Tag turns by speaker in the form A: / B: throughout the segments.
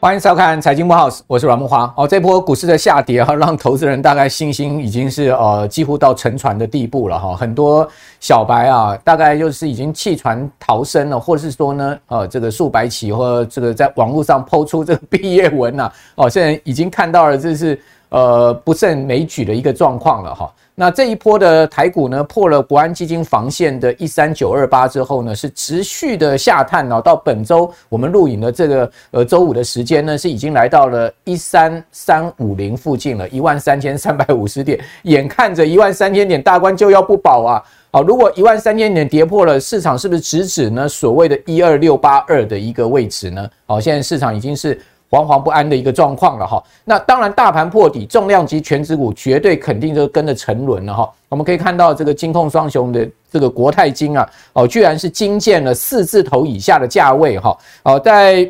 A: 欢迎收看《财经幕 house》，我是阮木华。哦，这波股市的下跌啊，让投资人大概信心已经是呃几乎到沉船的地步了哈、很多小白啊，大概就是已经弃船逃生了，或是说呢，呃，这个数白起或这个在网络上抛出这个毕业文呐、哦，现在已经看到了这是呃不胜枚举的一个状况了哈、那这一波的台股呢，破了国安基金防线的一三九二八之后呢，是持续的下探哦，到本周我们录影的这个呃周五的时间呢，是已经来到了一三三五零附近了，一万三千三百五十点，眼看着一万三千点大关就要不保啊。好，如果一万三千点跌破了，市场是不是直指呢所谓的一二六八二的一个位置呢？好，现在市场已经是惶惶不安的一个状况了哈。那当然，大盘破底，重量级全指股绝对肯定就跟着沉沦了哈。我们可以看到这个金控双雄的这个国泰金啊，哦，居然是惊见了四字头以下的价位哈。哦，在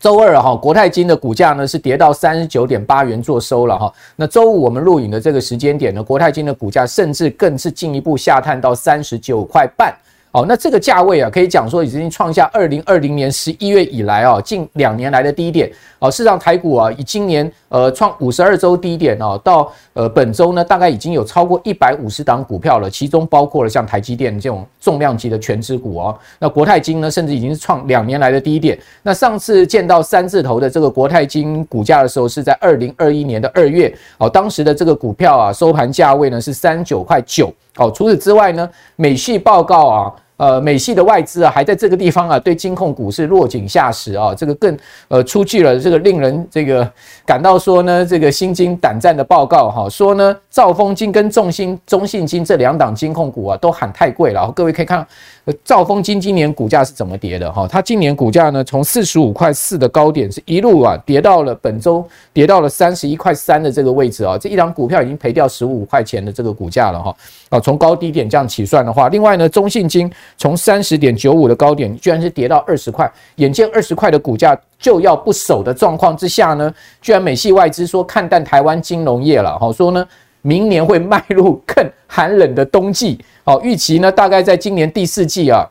A: 周二哈、国泰金的股价呢是跌到三十九点八元做收了哈、那周五我们录影的这个时间点呢，国泰金的股价甚至更是进一步下探到三十九块半。哦，那这个价位啊，可以讲说已经创下二零二零年十一月以来啊，近两年来的低点。哦，事实上台股啊，以今年呃创五十二周低点哦，到呃本周呢，大概已经有超过一百五十档股票了，其中包括了像台积电这种重量级的全资股哦。那国泰金呢，甚至已经是创两年来的低点。那上次见到三字头的这个国泰金股价的时候，是在二零二一年的二月哦，当时的这个股票啊，收盘价位呢是三九块九。哦，除此之外呢，美系报告啊，呃，美系的外资啊，还在这个地方啊，对金控股是落井下石啊，这个更呃出具了这个令人这个感到说呢，这个心惊胆战的报告哈、说呢，兆丰金跟众信中信金这两档金控股啊，都喊太贵了。哦各位可以看，呃兆丰金今年股价是怎么跌的哈、它今年股价呢，从四十五块四的高点是一路啊跌到了本周跌到了三十一块三的这个位置啊、这一档股票已经赔掉十五块钱的这个股价了哈、啊，从高低点这样起算的话，另外呢，中信金从三十点九五的高点，居然是跌到二十块，眼见二十块的股价就要不守的状况之下呢，居然美系外资说看淡台湾金融业了，好、哦说呢。明年会迈入 更寒冷的冬季，哦，预期呢大概在今年第四季啊，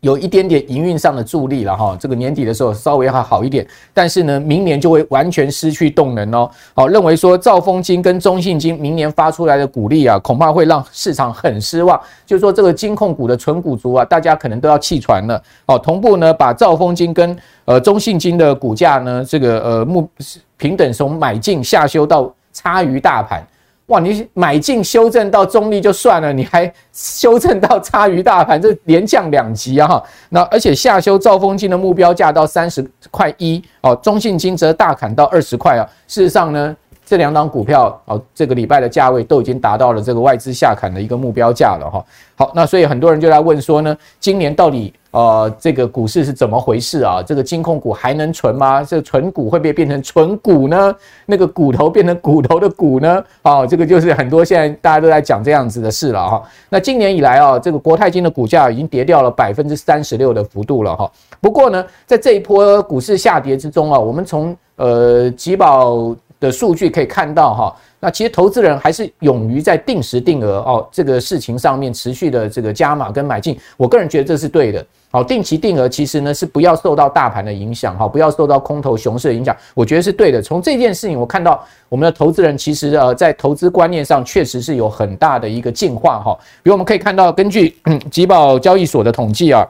A: 有一点点营运上的助力了哈，这个年底的时候稍微还好一点，但是呢，明年就会完全失去动能哦。好、认为说兆丰金跟中信金明年发出来的股利啊，恐怕会让市场很失望。就是说这个金控股的纯股族啊，大家可能都要弃船了。哦，同步呢，把兆丰金跟呃中信金的股价呢，这个呃目平等从买进下修到差于大盘。哇，你买进修正到中立就算了，你还修正到差于大盘，这连降两级啊！哈，那而且下修兆丰金的目标价到三十块一哦，中信金则大砍到二十块啊。事实上呢，这两档股票哦，这个礼拜的价位都已经达到了这个外资下砍的一个目标价了哈、好，那所以很多人就来问说呢，今年到底呃这个股市是怎么回事啊？这个金控股还能存吗？这个存股会不会变成存股呢？那个骨头变成骨头的骨呢？哦，这个就是很多现在大家都在讲这样子的事了哈、那今年以来啊，这个国泰金的股价已经跌掉了百分之三十六的幅度了哈、不过呢，在这一波股市下跌之中啊，我们从呃集保的数据可以看到哈、那其实投资人还是勇于在定时定额哦这个事情上面持续的这个加码跟买进，我个人觉得这是对的。好，定期定额其实呢是不要受到大盘的影响哈、哦不要受到空头熊市的影响，我觉得是对的。从这件事情我看到我们的投资人其实呃在投资观念上确实是有很大的一个进化哈、比如我们可以看到，根据嗯集保交易所的统计啊，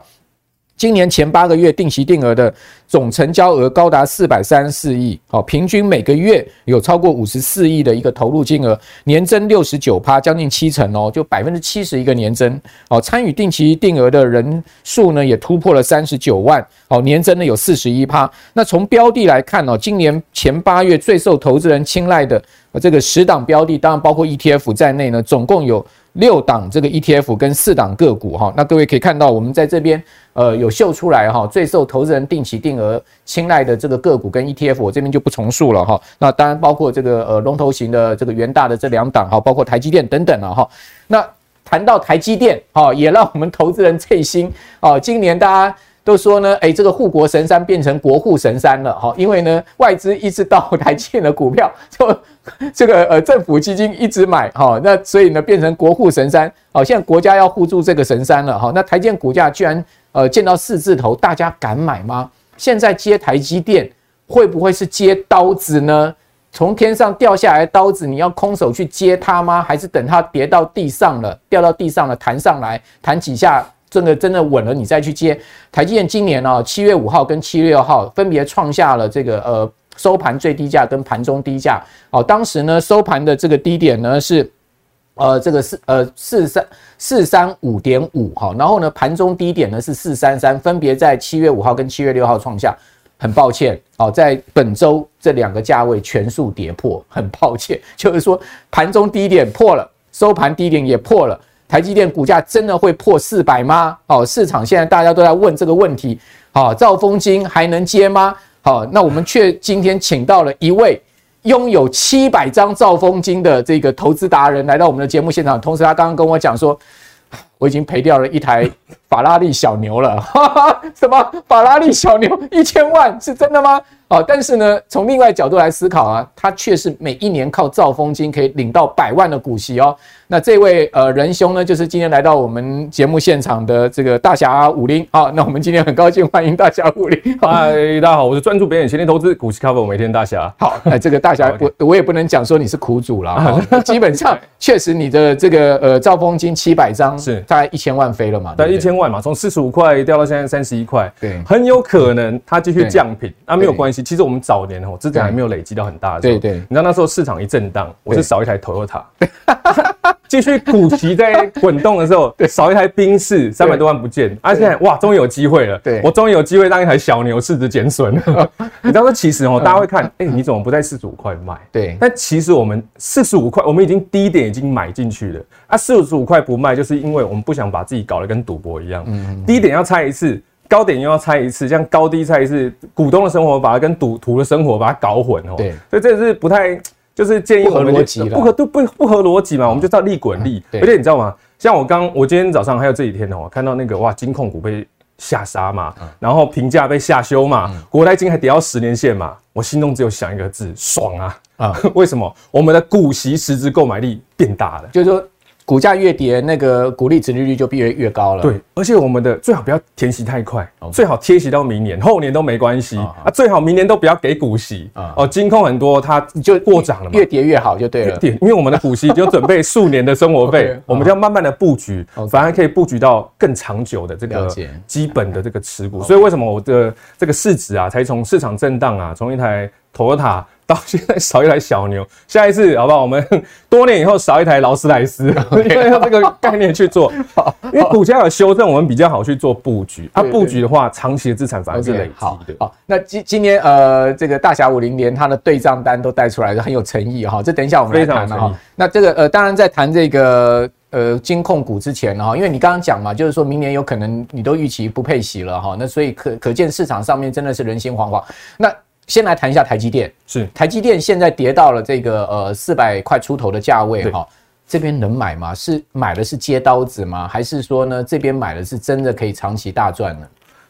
A: 今年前八个月定期定额的总成交额高达四百三十四亿，好，平均每个月有超过五十四亿的一个投入金额，年增六十九趴，将近七成哦，就百分之七十一个年增。哦，参与定期定额的人数呢也突破了三十九万，哦，年增呢有四十一趴。那从标的来看哦，今年前八月最受投资人青睐的呃这个十档标的，当然包括 ETF 在内呢，总共有六档这个 ETF 跟四档个股哈、那各位可以看到，我们在这边呃有秀出来哈、最受投资人定期定额青睐的这个个股跟 ETF，我这边就不重述了哈、那当然包括这个呃龙头型的这个元大的这两档哈、包括台积电等等了、哈、那谈到台积电，哦，也让我们投资人脆心哦。今年大家都说呢，哎，这个护国神山变成国护神山了哈、因为呢外资一直到台积电的股票， 就 这个呃政府基金一直买哈、那所以呢变成国护神山，好、现在国家要护住这个神山了哈、那台积电股价居然呃见到四字头，大家敢买吗？现在接台积电会不会是接刀子呢？从天上掉下来的刀子，你要空手去接它吗？还是等它跌到地上了，掉到地上了，弹上来，弹几下，真的真的稳了，你再去接？台积电今年啊、哦，七月五号跟七月六号分别创下了这个呃收盘最低价跟盘中低价。哦，当时呢收盘的这个低点呢是。呃，这个四呃四三四三五点五哈，然后呢盘中低点呢是四三三，分别在七月五号跟七月六号创下。很抱歉，哦，在本周这两个价位全数跌破，很抱歉， 就是说盘中低点破了，收盘低点也破了，台积电股价真的会破四百吗？哦，市场现在大家都在问这个问题，好、兆丰金还能接吗？好、那我们却今天请到了一位拥有七百张兆丰金的这个投资达人来到我们的节目现场，同时他刚刚跟我讲说， 我已经赔掉了一台法拉利小牛了， 哈哈，什么法拉利小牛一千万是真的吗？哦，但是呢，从另外角度来思考啊，他却是每一年靠兆丰金可以领到百万的股息哦。那这位呃仁兄呢，就是今天来到我们节目现场的这个大侠武林啊、那我们今天很高兴欢迎大侠武林。
B: 嗨，大家好，我是专注别人闲钱投资股市 cover 每天大侠。
A: 好， 哎，这个大侠
B: 好，
A: 我我也不能讲说你是苦主啦。 哈基本上确实你的这个呃兆丰金七百张
B: 是
A: 大概一千万飞了嘛，
B: 在
A: 对
B: 一
A: 不对
B: 千万嘛，从四十五块掉到现在三十一块，
A: 对
B: 很有可能它继续降品，那没有
A: 对
B: 关系。其实我们早年哦，资产还
A: 对
B: 没有累积到很大的时
A: 对
B: 候，
A: 对
B: 你知道那时候市场一震荡，我
A: 对
B: 是少一 台 Toyota，继续股息在滚动的时候，少一台宾士三百多万不见，而且哇，终于有机会了，
A: 对
B: 我终于有机会让一台小牛市值减损。 你知道说其实哦，大家会看，哎，你怎么不在四十五块卖？
A: 对
B: 但其实我们四十五块，我们已经低点已经买进去了啊，四十五块不卖，就是因为我们不想把自己搞得跟赌博一样，
A: 嗯
B: 低点要猜一次。高点又要猜一次，这样高低猜一次，股东的生活把它跟赌徒的生活把它搞混哦。
A: 对
B: 所以这是不太，就是建议
A: 不合
B: 我们
A: 逻辑啦啊
B: 不合对不不合逻辑嘛，我们就知道利滚利。
A: 对
B: 而且你知道吗？像我刚我今天早上还有这几天哦，看到那个哇，金控股被下杀嘛，
A: 啊
B: 然后评价被下修嘛，
A: 嗯
B: 国泰金还跌到十年线嘛，我心中只有想一个字：爽啊！
A: 啊
B: 啊， 为什么我们的股息实质购买力变大了？
A: 就是说股价越跌，那个股利值利率就越越高了。
B: 对，而且我们的最好不要填息太快，最好贴息到明年、后年都没关系
A: 哦啊
B: 啊，最好明年都不要给股息
A: 啊
B: 哦。金控很多它就过涨了嘛
A: 越，跌越好就对了。
B: 点，因为我们的股息已经有准备数年的生活
A: OK，
B: 费
A: 好，
B: 我们就要慢慢的布局
A: OK，
B: 反而可以布局到更长久的这
A: 了
B: 个
A: 解
B: 基本的这个持股。所以为什么我的这个市值啊，才从市场震荡啊，从一台 Toyota 到现在少一台小牛，下一次好不好？我们多年以后少一台劳斯莱斯， 因为用这个概念 去做，因为股价有修正，我们比较好去做布局。啊，
A: 对对
B: 布局的话，长期的资产反而是
A: OK，
B: 累
A: 好
B: 积的。
A: 好，那今今天呃，这个大侠五零连他的对账单都带出来，很有诚意哈、这等一下我们来谈
B: 非
A: 了
B: 常有
A: 哈、
B: 诚意
A: 那这个呃，当然在谈这个呃金控股之前啊哈、因为你刚刚讲嘛，就是说明年有可能你都预期不配息了哈、那所以可可见市场上面真的是人心惶惶。那先来谈一下台积电，
B: 是
A: 台积电现在跌到了这个呃四百块出头的价位
B: 对
A: 哈、这边能买吗？是买的是接刀子吗？还是说呢，这边买的是真的可以长期大赚呢？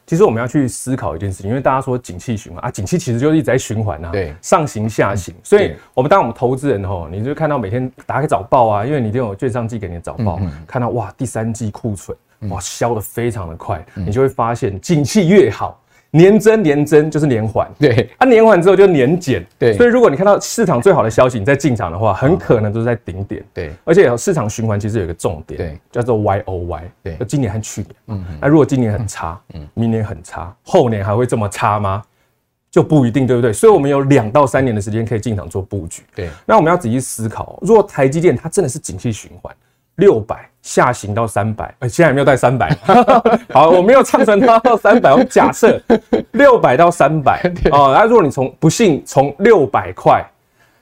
B: 其实我们要去思考一件事情，因为大家说景气循环啊，景气其实就是一直在循环啊，
A: 对嗯
B: 上行下行。所以
A: 对，
B: 我们当我们投资人吼，你就看到每天打开早报啊，因为你一定有券商寄给你的早
A: 嗯
B: 报，看到哇，第三季库存哇消的非常的快，
A: 嗯
B: 你就会发现景气越好，年增年增就是年缓，
A: 对，
B: 啊，年完之后就年减，
A: 对
B: 所以如果你看到市场最好的消息，你再进场的话，很可能都是在顶点，
A: 对
B: 而且市场循环其实有一个重点，
A: 对，
B: 叫做 Y O Y，
A: 对
B: 就今年和去年，嗯，那如果今年很差，嗯，明年很差，后年还会这么差吗？就不一定，对不对？所以我们有两到三年的时间可以进场做布局，
A: 对。
B: 那我们要仔细思考，如果台积电它真的是景气循环，六百下行到三百，呃，现在还没有带三百， 好，我没有唱成它到三百，我假设六百到三百哦。那如果你从不幸从六百块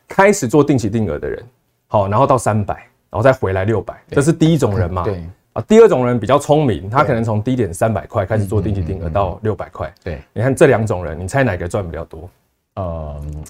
B: 开始做定期定额的人，好，然后到三百，然后再回来六百，这是第一种人嘛？
A: 对。
B: 啊，第二种人比较聪明，他可能从低点三百块开始做定期定额到六百块。
A: 对，
B: 你看这两种人，你猜哪个赚比较多？
A: 嗯，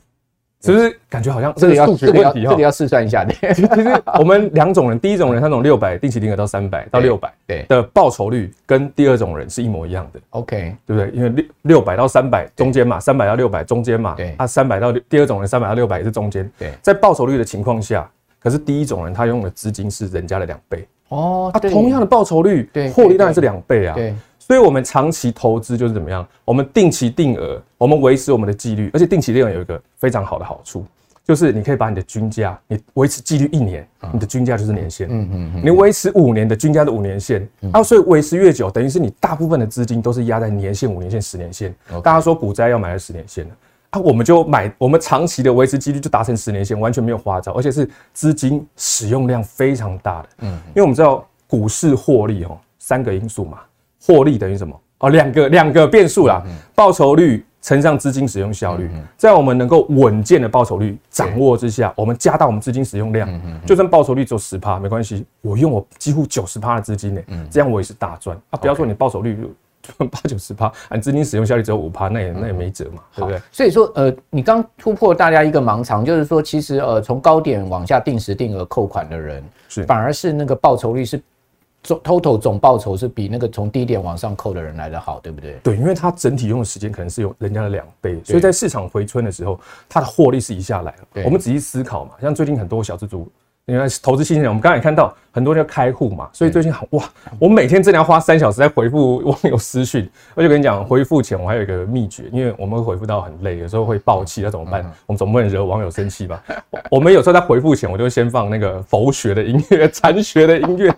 B: 是不是感觉好像
A: 这
B: 呃这
A: 里
B: 个
A: 要
B: 数学
A: 这里
B: 问
A: 要
B: 题哦
A: 这
B: 哈
A: 里？要试算一 下的。
B: 其实我们两种人，第一种人他从六百定期定额到三百
A: 对
B: 到六百
A: 对
B: 的报酬率，跟第二种人是一模一样的，
A: OK，
B: 对不对？因为六六百到三百中间嘛，三百到六百中间嘛，
A: 对
B: 啊，三百到6第二种人三百到六百也是中间，
A: 对
B: 在报酬率的情况下，可是第一种人他用的资金是人家的两倍，
A: 哦，
B: 啊，
A: 对
B: 同样的报酬率
A: 对，
B: 获利当然是两倍啊，
A: 对
B: 所以我们长期投资就是怎么样？我们定期定额，我们维持我们的纪律，而且定期定额有一个非常好的好处，就是你可以把你的均价，你维持纪律一年，你的均价就是年限。啊嗯嗯你维持五年的均价是五年线，啊，所以维持越久，等于是你大部分的资金都是压在年限、五年线、十年线。大家说股灾要买在十年线的。啊，我们就买，我们长期的维持纪律就达成十年线，完全没有花招，而且是资金使用量非常大的。嗯，因为我们知道股市获利哦，三个因素嘛，获利等于什么？哦，两个两个变数啦，报酬率乘上资金使用效率，在我们能够稳健的报酬率掌握之下，我们加大我们资金使用量，就算报酬率只有十趴没关系，我用我几乎九十趴的资金呢，这样我也是大赚啊！不要说你报酬率就八九十趴，啊你资金使用效率只有五趴，那也那也没辙嘛，对不对？
A: 所以说，呃，你刚突破大家一个盲肠，就是说，其实呃，从高点往下定时定额扣款的人，
B: 是
A: 反而是那个报酬率是总 total 总报酬是比那个从低点往上扣的人来的好，对不对？
B: 对，因为它整体用的时间可能是有人家的两倍，所以在市场回春的时候，它的获利是一下来了
A: 对。
B: 我们仔细思考嘛，像最近很多小资族，因为投资新人，我们刚才也看到很多人要开户嘛，所以最近好哇，我每天真的要花三小时在回复 网友私讯，而且跟你讲，回复前我还有一个秘诀，因为我们会回复到很累，有时候会爆气，那怎么办？我们总不能惹网友生气吧？我我们有时候在回复前，我就先放那个佛学的音乐、 禅学的音乐，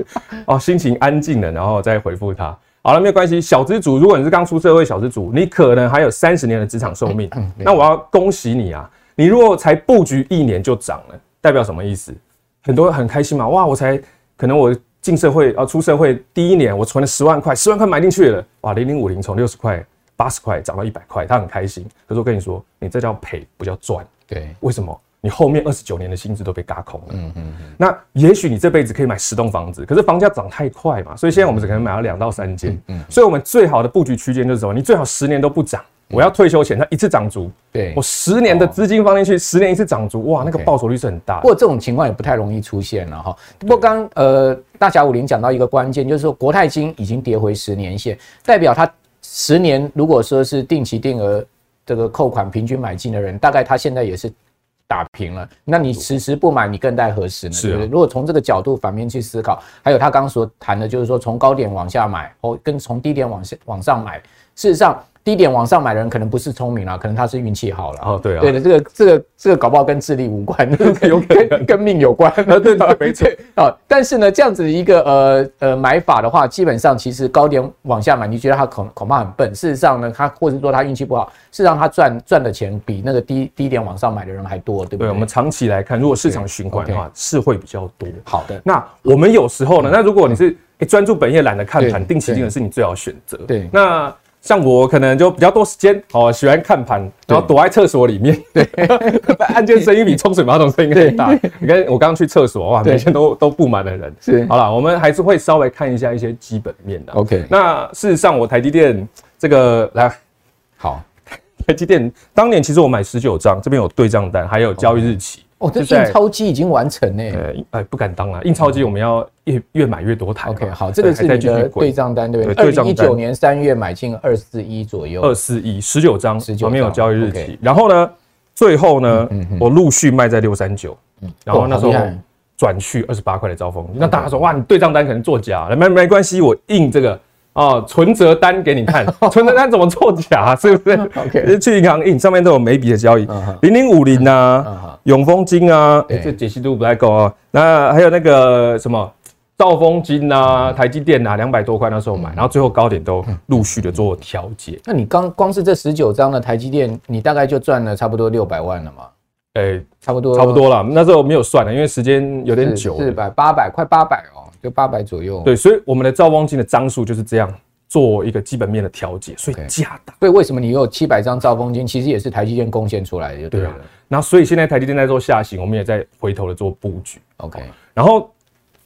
B: 哦，心情安静了，然后再回复他。好了，没有关系。小资主，如果你是刚出社会小资主，你可能还有三十年的职场寿命，那我要恭喜你啊！你如果才布局一年就涨了，代表什么意思？很多人很开心嘛，哇，我才可能我进社会啊，出社会第一年我存了十万块，十万块买进去了，哇，零零五零从六十块、八十块涨到一百块，他很开心。可是我跟你说，你这叫赔，不叫赚。
A: 对，
B: 为什么？你后面二十九年的薪资都被嘎空了。嗯嗯那也许你这辈子可以买十栋房子，可是房价涨太快嘛，所以现在我们只可能买到两到三间。嗯。所以我们最好的布局区间就是什么？你最好十年都不涨。我要退休前，它一次涨足。
A: 对
B: 我十年的资金放进去，十年一次涨足，哇，那个
A: 哦 OK
B: 报酬率是很大
A: 不过
B: 的。
A: 这种情况也不太容易出现了哈。不过刚呃，大侠武林讲到一个关键，就是说国泰金已经跌回十年线，代表它十年如果说是定期定额这个扣款平均买进的人，大概他现在也是打平了。那你迟迟不买，你更待何时呢？
B: 是啊
A: 对不对？如果从这个角度反面去思考，还有他刚刚所谈的，就是说从高点往下买，或跟从低点往下往上买，事实上。低点往上买的人可能不是聪明啦，啊可能他是运气好了。
B: 哦对啊
A: 对的，这个这个这个搞不好跟智力无 关，
B: 有可能
A: 跟跟命有关。
B: 啊 对对没错
A: 啊，但是呢，这样子的一个呃呃买法的话，基本上其实高点往下买，你觉得他恐恐怕很笨。事实上呢，他或者说他运气不好，事实上他赚赚的钱比那个低低点往上买的人还多，对不对？
B: 对，我们长期来看，如果市场循环的话，是会比较多。
A: 好的，
B: 那我们有时候呢，那如果你是诶专、注本业，懒得看盘，
A: 对
B: 定期定额是你最好的选择。
A: 对
B: 那像我可能就比较多时间哦，喜欢看盘，然后躲在厕所里面。对， 按键声音比冲水马桶声音更大。你看我刚刚去厕所，哇，
A: 对
B: 每天都都布满了人。
A: 是
B: 好了，我们还是会稍微看一下一些基本面的。
A: OK
B: 那事实上，我台积电这个来
A: 好
B: 台积电当年其实我买十九张，这边有对账单，还有交易日期。
A: 哦，这
B: 就在
A: 印钞机已经完成呢。
B: 呃，哎，不敢当啦，印钞机我们要越越买越多台嘛。
A: OK，好，这个是你的对账单对不对？二
B: 对对
A: 零一
B: 账
A: 九
B: 单
A: 年三月买进二四一左右，
B: 二四一十九张，
A: 19
B: 旁边有
A: 张
B: 交易日
A: OK 嗯
B: 期。然后呢，最后呢，我陆续卖在六三九，然后那时
A: 哦
B: 候
A: 好厉害嗯
B: 转去二十八块的招风。那大家说哇，你对账单可能作假，没没关系，我印这个。哦，存折单给 你看，存折单怎么作假？是不是
A: OK
B: 去银行印，上面都有每笔的交易
A: 嗯哼，
B: 零零五零
A: 嗯哼
B: 啊，永丰金啊，
A: 对
B: 诶这解析度不太够啊。那还有那个什么兆丰金
A: 嗯
B: 啊，台积电啊，两百多块那时候买，然后最后高点都陆续的做调节。
A: 那你刚光是这十九张的台积电，你大概就赚了差不多六百万了嘛？
B: 诶、
A: 差不多，
B: 哎差不多啦。那时候没有算了，因为时间有
A: 有
B: 点久
A: 四
B: 了。
A: 百八百快八百哦，就八百左右。，
B: 对，所以我们的兆光金的张数就是这样做一个基本面的调节，所
A: OK
B: 以加大。
A: 所以为什么你有七百张兆丰金，其实也是台积电贡献出来的，就对
B: 对
A: 了。
B: 啊，那所以现在台积电在做下行，我们也在回头的做布局。
A: OK，
B: 然后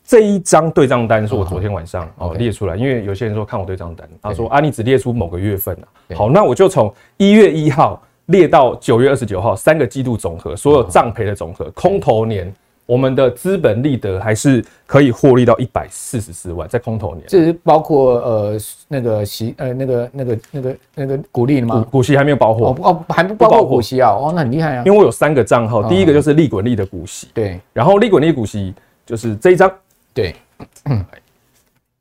B: 这一张对账单是我昨天晚上哦
A: OK
B: 列出来，因为有些人说看我对账单，他说啊你只列出某个月份啊，
A: 对
B: 好，那我就从一月一号列到九月二十九号三个季度总和，所有账赔的总和，空头年我们的资本利得还是可以获利到一百四十四万，在空头年。
A: 这是包括呃那个息呃那个那个那个那个股利的
B: 股
A: 吗？
B: 股息还没有包
A: 哦
B: 括，
A: 不哦还不包
B: 不包
A: 括
B: 括
A: 股息啊？哦，那很厉害啊
B: 因为。我有三个账
A: 哦
B: 号，第一个就是利滚利的股息，
A: 对
B: 然后利滚利股息就是这一张，
A: 对，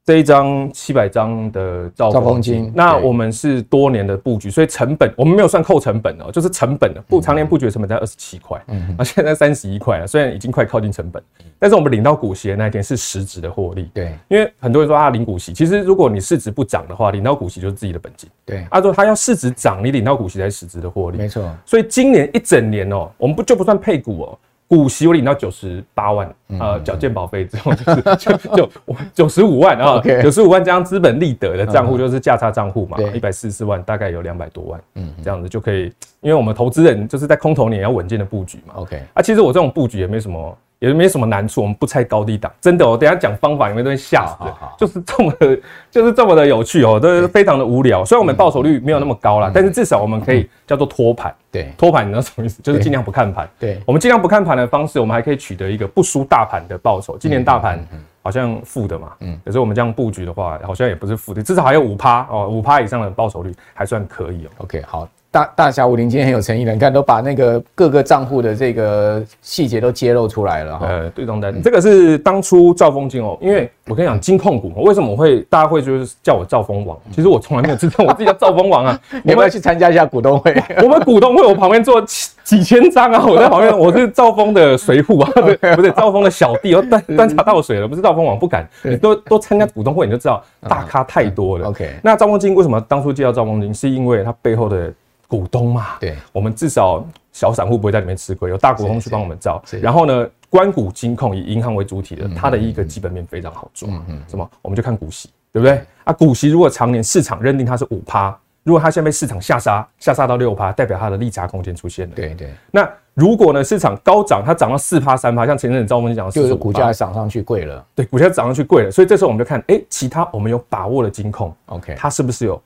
B: 这一张七百张的兆
A: 兆丰
B: 丰
A: 金
B: 金，那
A: 对
B: 我们是多年的布局，所以成本我们没有算扣成本哦，就是成本的
A: 嗯
B: 不常年布局的成本在二十七块，啊，现在三十一块了，虽然已经快靠近成本，但是我们领到股息的那一天是实质的获利。
A: 嗯对
B: 因为很多人说啊，领股息，其实如果你市值不涨的话，领到股息就是自己的本金。
A: 对，
B: 啊，说他要市值涨，你领到股息才是实质的获利
A: 没。错，
B: 所以今年一整年哦，我们不就不算配股哦，股息我领到九十八万，
A: 嗯
B: 呃，缴健保费之后就是 就就九十五万啊，
A: OK 嗯
B: 九十五万加上资本利得的账户就是价差账户嘛
A: 对，
B: 一百四十万大概有两百多万，嗯，这样子就可以，因为我们投资人就是在空头年也要稳健的布局嘛。
A: OK
B: 啊，其实我这种布局也没什么。也没什么难处，我们不拆高低档，真的、哦，我等一下讲方法，你们都会吓死
A: 好好好，
B: 就是这么的，就是这么的有趣哦，都是非常的无聊。虽然
A: 嗯
B: 我们报酬率没有那么高啦，但是至少我们可以叫做托盘，
A: 对
B: 托盘你知道什么意思？就是尽量不看盘。
A: 对
B: 我们尽量不看盘的方式，我们还可以取得一个不输大盘的报酬。今年大盘好像负的嘛，嗯，可是我们这样布局的话，好像也不是负的，至少还有五趴哦，五趴以上的报酬率还算可以哦。
A: OK 好。大大侠武林今天很有诚意的，你看都把那个各个账户的这个细节都揭露出来了哈。
B: 呃，对账单，这个是当初兆丰金哦，因为我跟你讲金控股嘛，为什么我会大家会就是叫我兆丰王？其实我从来没有知道我自己叫兆丰王啊，
A: 你要不要去参加一下股东会？
B: 我们股东会，我旁边坐几几千张啊， 我在旁边，我是兆丰的随扈 啊，不是不是兆丰的小弟，我端端茶倒水了，不是兆丰王不敢，你都都参加股东会，你就知道大咖太多了。
A: 啊 OK
B: 那兆丰金为什么当初介绍兆丰金，是因为它背后的股东嘛？
A: 对，
B: 我们至少小散户不会在里面吃亏，有大股东去帮我们照
A: 是。嗯是
B: 然后呢，关谷金控以银行为主体的，它的一个基本面非常好做。
A: 嗯
B: 什么？我们就看股息，对不对？啊，股息如果常年市场认定它是五趴，如果它现在被市场下杀，下杀到六趴，代表它的利差空间出现了。
A: 对对，
B: 那如果呢，市场高涨，它涨到四趴、三趴，像前阵子赵峰讲的45%，
A: 就是股价涨上去贵了。
B: 对股价涨上去贵了，所以这时候我们就看，哎，其他我们有把握的金控，
A: OK，
B: 它是不是有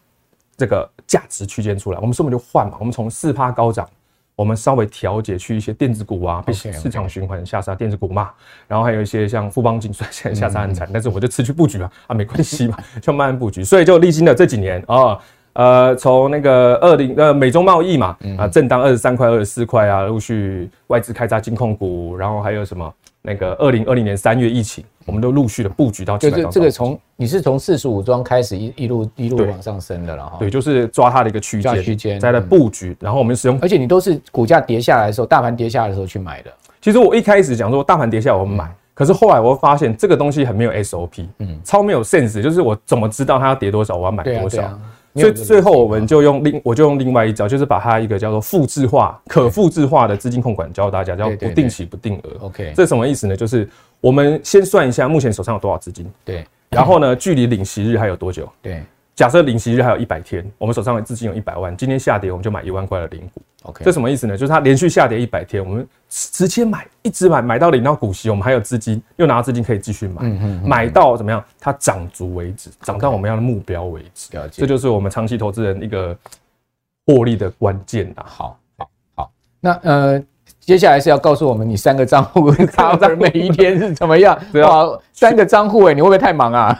B: 这个价值区间出来？我们说我们就换嘛，我们从四趴高涨，我们稍微调节去一些电子股啊，被
A: OK，OK
B: 市场循环下杀电子股嘛，然后还有一些像富邦金，虽然现在下杀很
A: 嗯
B: 惨，但是我就持续布局嘛，啊，没关系嘛， 就慢慢布局，所以就历经了这几年啊。呃，从那个二零呃美中贸易嘛，
A: 嗯
B: 啊，正当二十三块、二十四块啊，陆续外资开闸金控股，然后还有什么那个二零二零年三月疫情，我们都陆续的布局到
A: 就
B: 700
A: 是
B: 张
A: 这个
B: 照
A: 从你是从四十五庄开始一一路一路
B: 对
A: 往上升的了哈。
B: 对，就是抓它的一个区
A: 抓
B: 间，
A: 区间嗯
B: 在它的布局，然后我们使用。
A: 而且你都是股价跌下来的时候，大盘跌下来的时候去买的。
B: 其实我一开始讲说大盘跌下来我们买，
A: 嗯
B: 可是后来我发现这个东西很没有 SOP，嗯，超没有 sense，就是我怎么知道它要跌多少，我要买
A: 对啊
B: 多
A: 对
B: 少？
A: 啊。你
B: 所
A: 有
B: 以
A: 这个
B: 最后我们就用另我就用另外一招，就是把它一个叫做复制化、可复制化的资金控管教大家，叫
A: 对对
B: 不定期不定额。
A: OK
B: 这什么意思呢？就是我们先算一下目前手上有多少资金，
A: 对
B: 然后 呢，距离领息日还有多久？
A: 对
B: 假设领息日还有一百天，我们手上的资金有一百万，今天下跌我们就买一万块的零股。
A: OK
B: 这什么意思呢？就是它连续下跌一百天，我们直接买，一直买，买到领到股息，我们还有资金，又拿到资金可以继续买，买到怎么样？它涨足为止，涨到我们要的目标为止。
A: 了解
B: 这就是我们长期投资人一个获利的关键啊啦。
A: 好好好。那呃，接下来是要告诉我们你三个账户 cover 每一天是怎么样？
B: 对啊
A: 哇，三个账户哎，你会不会太忙 啊？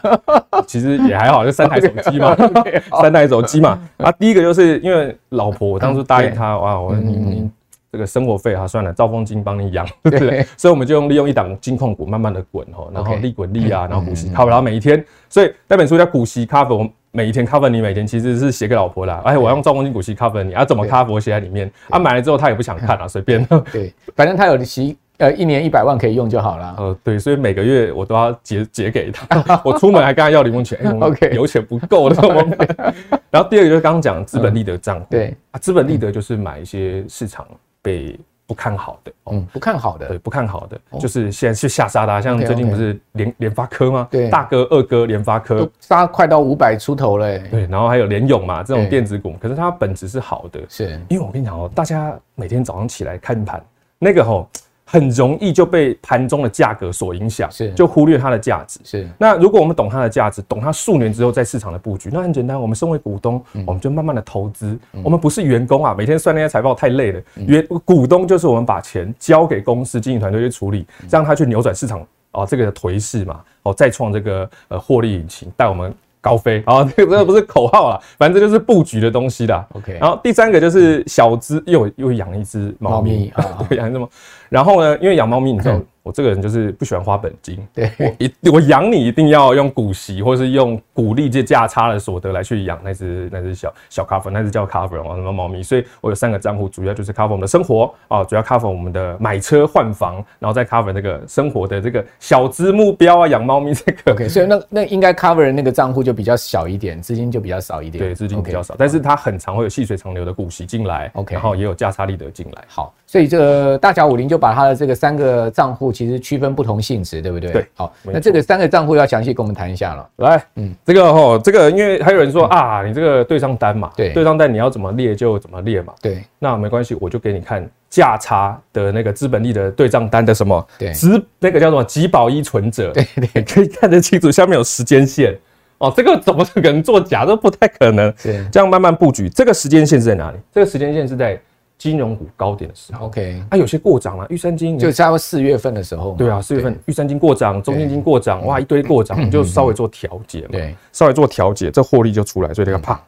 B: 其实也还好，就三台手 机嘛
A: OK，OK，，
B: 三台手机嘛。啊，第一个就是因为老婆，我当初答应她，哇，我你
A: 嗯嗯
B: 你这个生活费啊，算了，兆丰金帮你 养，
A: 对
B: 对不对？所以我们就用利用一档金控股慢慢的滚哦，然后利滚利
A: 嗯
B: 啊，然后股息 cover，然后每一天，所以那本书叫股息 cover，我每一天 cover 你每天，其实是写给老婆啦。哎，我用兆丰金股息 cover 你啊，怎么 cover 我写在里面啊，买了之后她也不想看啊，随便。
A: 对， 反正他有息呃，一年一百万可以用就好了。
B: 呃，对，所以每个月我都要结结给他。 我出门还跟他要零用钱，哎、我
A: OK
B: 油钱不够了，怎么 办？然后第二个就是刚刚讲资本利得账户、
A: 嗯对
B: 啊，资本利得就是买一些市场被不看好的，哦、
A: 嗯，不看好的
B: 对，。不看好的，就是现在去下杀的、啊，像
A: OK，
B: 最近
A: OK
B: 不是联联发科吗？
A: 对
B: 大哥、二哥、联发科
A: 都，杀快到五百出头了、欸，
B: 对，然后还有联勇嘛，这
A: 对
B: 种电子股，可是它本质是好的，
A: 是
B: 因为我跟你讲哦，大家每天早上起来看盘，那个吼、很容易就被盘中的价格所影响，
A: 是
B: 就忽略它的价值。
A: 是
B: 那如果我们懂它的价值，懂它数年之后在市场的布局，那很简单。我们身为股东，我们就慢慢的投资。我们不是员工啊，每天算那些财报太累了。员股东就是我们把钱交给公司经营团队去处理，让他去扭转市场哦这个颓势嘛，哦再创这个呃获利引擎，带我们高飞啊、哦，这个不是口号啦，反正就是布局的东西啦。
A: OK
B: 然后第三个就是小资又又养一只猫咪
A: 猫咪啊嗯
B: 啊， 对，养什么？然后呢，因为养猫咪，你知道我这个人就是不喜欢花本金，
A: 对
B: 我一我养你一定要用股息或是用股利这价差的所得来去养那只那只小小 cover，那只叫 cover 哦，什么猫咪，所以我有三个账户，主要就是 cover 我们的生活啊、主要 cover 我们的买车换房，然后再 cover 那个生活的这个小资目标啊，养猫咪这个。
A: OK，所以那那应该 cover 的那个账户就比较小一点，资金就比较少一点，
B: 对，资金比较
A: OK，
B: 少但是它很常会有细水长流的股息进来
A: OK
B: 然后也有价差利得进来。
A: 好，所以这个大小五零就把它的这个三个账户其实区分不同性质，对不对？
B: 对
A: 好，
B: 没
A: 那这个三个账户要详细跟我们谈一下了。
B: 来，嗯，这个哦，这个因为还有人说啊，你这个对账单嘛，
A: 嗯对
B: 对账单你要怎么列就怎么列嘛，
A: 对，
B: 那没关系，我就给你看价差的那个资本利的对账单的什么，
A: 对
B: 资那个叫什么集保依存者，
A: 对对
B: 你可以看得清楚，下面有时间线。哦，这个怎么可能作假？这不太可能。
A: 是
B: 这样慢慢布局，这个时间线是在哪里？这个时间线是在金融股高点的时候。
A: ，OK，
B: 啊，有些过涨了，玉山金
A: 就差不多四月份的时候嘛。
B: 对啊，四月份玉山金过涨，中信金过涨，哇，一堆过涨，我
A: 嗯
B: 们就稍微做调节嘛，
A: 对，
B: 稍微做调节，这获利就出来，所以这个啪，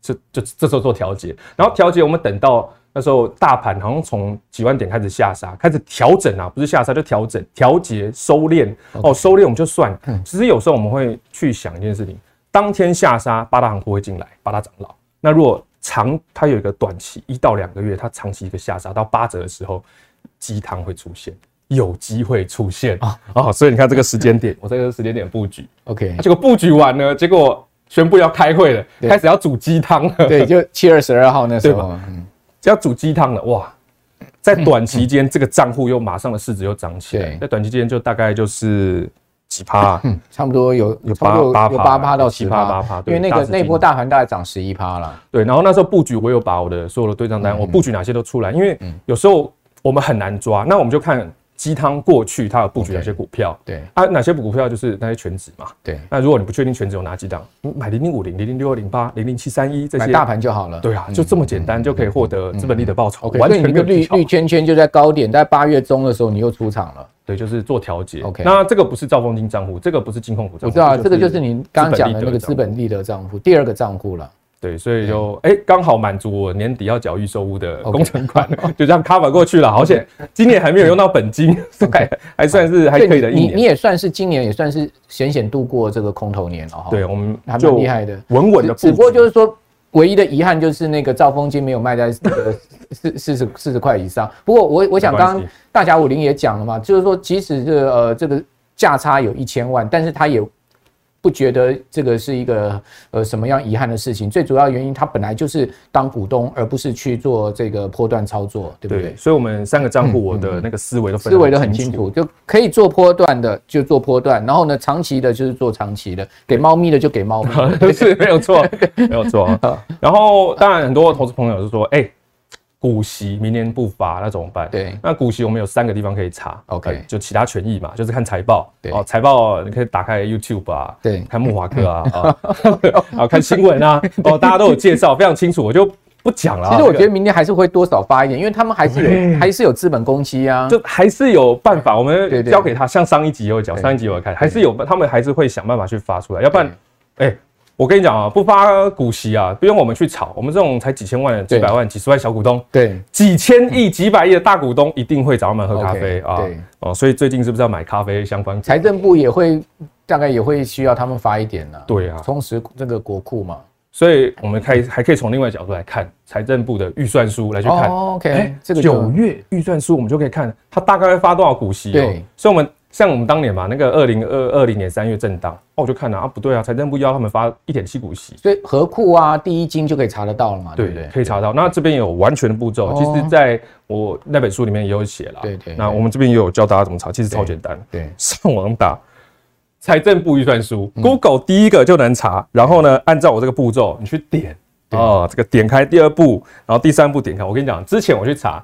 B: 这这这时候做调节，然后调节我们等到那时候大盘好像从几万点开始下杀，开始调整啊，不是下杀就调整，调节收敛哦，收敛我们就算，其实有时候我们会去想一件事情，当天下杀八大行不会进来，八大长老，那如果长它有一个短期一到两个月，它长期一个下杀到八折的时候，鸡汤会出现，有机会出现啊、哦！所以你看这个时间点， 我在这个时间点布局，
A: ，OK，
B: 结果布局完呢，结果宣布要开会了，
A: 对
B: 开始要煮鸡汤了，
A: 对，就七月十二号那时
B: 对
A: 候，嗯
B: 要煮鸡汤了，哇！在短期间，这个账户又马上的市值又涨起来
A: 对，嗯
B: 在短期间就大概就是几趴 啊、
A: 差不多有有
B: 有
A: 差不多
B: 八
A: 有
B: 八
A: 八
B: 趴
A: 趴到十
B: 七趴八趴
A: 因
B: 对
A: 为那
B: 大
A: 个
B: 资金
A: 那波大盘大概涨十一趴了。
B: 对，然后那时候布局，我有把我的所有的对账
A: 嗯
B: 单，我布局哪些都出来，因为有时候我们很难抓，那我们就看鸡汤过去它有布局哪些股票，
A: 对
B: 啊，哪些股票就是那些全指嘛。
A: 对，
B: 那如果你不确定全指有哪几档，你买零零五零、零零六二零八、零零七三一这
A: 买
B: 些，
A: 大盘就好了。
B: 对啊，就这么简单就可以获得资本利的报酬，
A: OK，
B: 完
A: 所以
B: 全
A: 你
B: 没
A: 的
B: 有技
A: 绿
B: 巧
A: 绿。圈圈就在高点，在八月中的时候你又出场了。
B: 对，就是做调节。
A: OK
B: 那这个不是兆丰金账户，这个不是金控股账户，
A: 我知道啊，这个就是你刚刚讲的那个资
B: 本利得账
A: 本利得账户，
B: 户。
A: 第二个账户了。
B: 对，所以就哎，刚、好满足我年底要缴预售屋的
A: OK
B: 工程款就这样 cover 过去了。好险，今年还没有用到本金，对，还算是还
A: 对
B: 可以的一
A: 你你
B: 年。
A: 也算是今年也算是险险度过这个空头年了哈。
B: 对，，啊我们
A: 还蛮
B: 就
A: 厉害的
B: 稳稳的。
A: 只不过就是说，唯一的遗憾就是那个兆丰金没有卖在那 个四四十四十块以上。不过我我想
B: 没关
A: 刚
B: 系
A: 刚大侠五零也讲了嘛，就是说即使这个呃这个价差有一千万，但是他也。不觉得这个是一个呃什么样遗憾的事情？最主要原因，他本来就是当股东，而不是去做这个波段操作，对不对
B: 对，？所以我们三个账户我的那个思维都分
A: 思
B: 得
A: 维都很清
B: 清
A: 楚，
B: 楚。
A: 就可以做波段的就做波段，然后呢，长期的就是做长期的，给猫咪的就给猫咪。
B: 是没有错，没有 错。然后当然很多投资朋友就说，哎、股息明年不发，那怎么办？
A: 对
B: 那股息我们有三个地方可以查呃
A: OK
B: 就其他权益嘛，就是看财报，
A: 对
B: 哦，财报你可以打开 YouTube 啊，
A: 对
B: 看木华课啊，啊、 啊看新闻啊，哦，大家都有介绍，非常清楚，我就不讲了啊、
A: 其实我觉
B: 这
A: 得
B: 个
A: 明天还是会多少发一点，因为他们还是有还是有资本攻击啊。
B: 就还是有办法，我
A: 对
B: 们
A: 对
B: 交给他，像上一集也有讲，
A: 对
B: 上一集我有看，还是有他们还是会想办法去发出来，要不然，哎、我跟你讲啊，不发股息啊，不用我们去炒，我们这种才几千万的、
A: 对
B: 几百万、几十万小股东，
A: 对
B: 几千亿、几百亿的大股东一定会找他们喝咖
A: OK，
B: 啡啊
A: 对。
B: 哦，所以最近是不是要买咖啡相关股？
A: 财政部也会大概也会需要他们发一点呢、
B: 对啊
A: 充实这个国库嘛。
B: 所以我们开还可以从另外角度来看财政部的预算书来去看。
A: 哦，OK，、
B: 哎
A: 这个
B: 九
A: 就
B: 月预算书，我们就可以看它大概会发多少股息、哦。
A: 对，
B: 所以我们像我们当年嘛，那个二零二二零年三月震荡，哦，我就看了啊，不对啊，财政部要他们发一点七股息，
A: 所以河库啊、第一金就可以查得到了嘛，对不
B: 对
A: 对，？
B: 可以查到。那这边有完全的步骤，
A: 哦
B: 其实在我那本书里面也有写了。
A: 对对
B: 那
A: 对
B: 我们这边也有教大家怎么查，其实超
A: 对
B: 简单，
A: 对
B: 上网打财政部预算书，Google
A: 嗯
B: 第一个就能查。然后呢，按照我这个步骤，你去点
A: 对啊
B: 哦，这个点开第二步，然后第三步点开。我跟你讲，之前我去查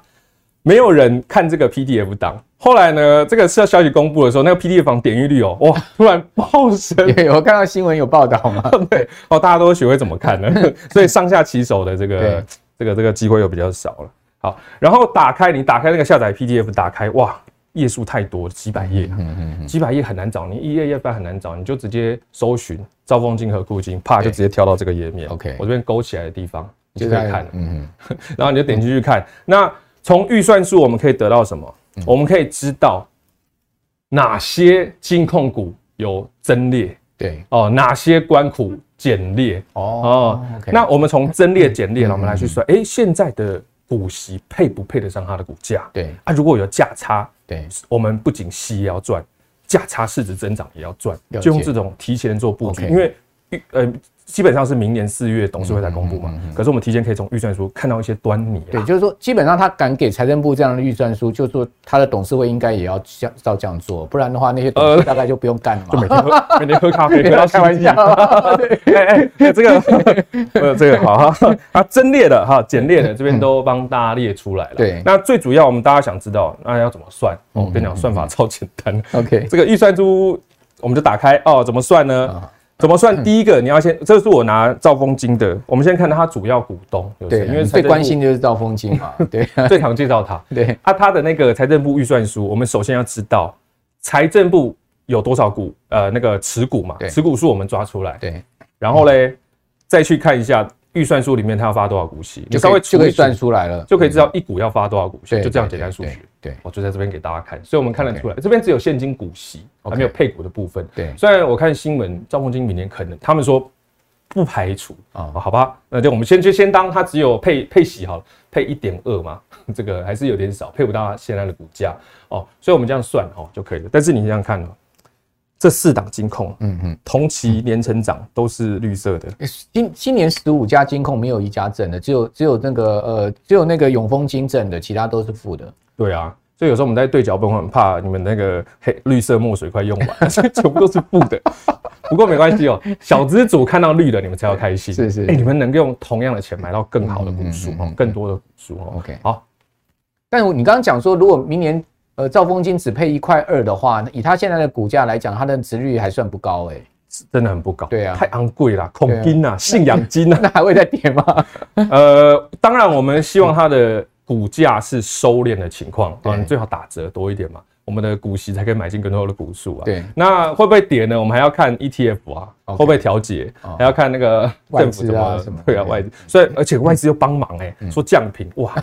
B: 没有人看这个 PDF 档。后来呢，这个消消息公布的时候，那个 PDF 档点阅率哦， 哇，突然暴升。
A: 有有看到新闻有报道 吗？
B: 对，哦，大家都学会怎么 看了，所以上下其手的这
A: 对
B: 个这个这个机会又比较少了。好，然后打开你打开那个下载 PDF，打开哇，页数太多，几百
A: 嗯
B: 页啊，几百页很难找，你一页页翻很难找，你就直接搜寻兆丰金和库金，啪就直接跳到这个页面。
A: OK
B: 我这边勾起来的地方，你就可以看了。
A: 嗯嗯，
B: 然后你就点进去看。那从预算数我们可以得到什么？
A: 嗯
B: 我们可以知道哪些金控股有增列
A: 对，
B: 哦，哪些关股减列
A: 哦
B: 哦。
A: ，OK，嗯
B: 那我们从增列减列，我们来去算，诶，现在的股息配不配得上它的股价？
A: 对
B: 啊，如果有价差，
A: 对
B: 我们不仅息也要赚，价差市值增长也要赚
A: 了解，
B: 就用这种提前做布局，
A: OK
B: 因为预呃基本上是明年四月董事会才公
A: 嗯
B: 布嘛，可是我们提前可以从预算书看到一些端倪啊
A: 对，
B: 啦。
A: 就是说，基本上他敢给财政部这样的预算书，就说他的董事会应该也要这样照这样做，不然的话，那些
B: 呃
A: 董事大概就不用干了 嘛。
B: 每天喝每天喝咖 啡，喝到
A: 开玩笑，
B: 哎哎哎，这个 呃这个好 哈啊，真列的哈，简列的这边都帮大家列出来了。
A: 嗯对嗯
B: 那最主要我们大家想知道，那要怎么算？哦我跟你讲，算法超简单。
A: OK，
B: 这个预算书我们就打开哦，怎么算
A: 啊
B: 呢？怎么算？第一个你要先，这是我拿兆丰金的，我们先看它主要股东有谁，
A: 对，因
B: 因为
A: 为
B: 财
A: 最
B: 政部
A: 关心就是兆丰金 嘛，对啊
B: 最常介绍它。
A: 对
B: 啊，它的那个财政部预算书，我们首先要知道财政部有多少股，呃，那个持股嘛
A: 对，嗯
B: 持股数我们抓出来，
A: 对，
B: 然后嘞，再去看一下预算书里面它要发多少股息，你
A: 就
B: 稍
A: 可
B: 微
A: 以就可以
B: 除一除
A: 算出来了，嗯
B: 就可以知道一股要发多少股息，
A: 对，
B: 就这样
A: 对
B: 简单数学。，
A: 对对
B: 我哦就在这边给大家看，所以我们看得出来，这边只有现金股息，还没有配股的部分。
A: 对
B: 虽然我看新闻，赵凤金明年可能他们说不排除
A: 啊
B: 啊，好吧，那就我们先就先当它只有配配息好了，配一点二嘛， 这个还是有点少，配不到它现在的股价哦，所以我们这样算哦就可以了。但是你这样看哦，这四档金控，
A: 嗯嗯。
B: 同期年成长都是绿色的，
A: 诶今今年十五家金控没有一家正的，只有只有那个呃，只有那个永丰金正的，其他都是负的。
B: 对啊，所以有时候我们在对脚本，我很怕你们那个黑绿色墨水快用完， 所以全部都是布的。不过没关系哦，小资主看到绿的，你们才要开心。
A: 是是
B: 哎、你们能够用同样的钱买到更好的股数
A: 嗯嗯
B: 哦，
A: 嗯嗯
B: 更多的股数哦。
A: OK
B: 好，
A: 但你刚刚讲说，如果明年呃兆丰金只配一块二的话，以它现在的股价来讲，它的值率还算不高哎、
B: 真的很不高，
A: 对啊
B: 太昂贵啦，恐金啊，信仰金啊。
A: 那还会再跌吗？
B: 呃，当然我们希望它的股价是收敛的情况，
A: 对
B: 啊，你最好打折多一点嘛。我们的股息才可以买进更多的股数啊。
A: 对
B: 那会不会跌呢？我们还要看 ETF 啊
A: OK
B: 会不会调节
A: 哦
B: 还要看那个
A: 外
B: 政府
A: 资
B: 怎么、
A: 啊什么
B: 对啊
A: 对嗯
B: 外资，所以而且外资又帮忙哎、说降频哇，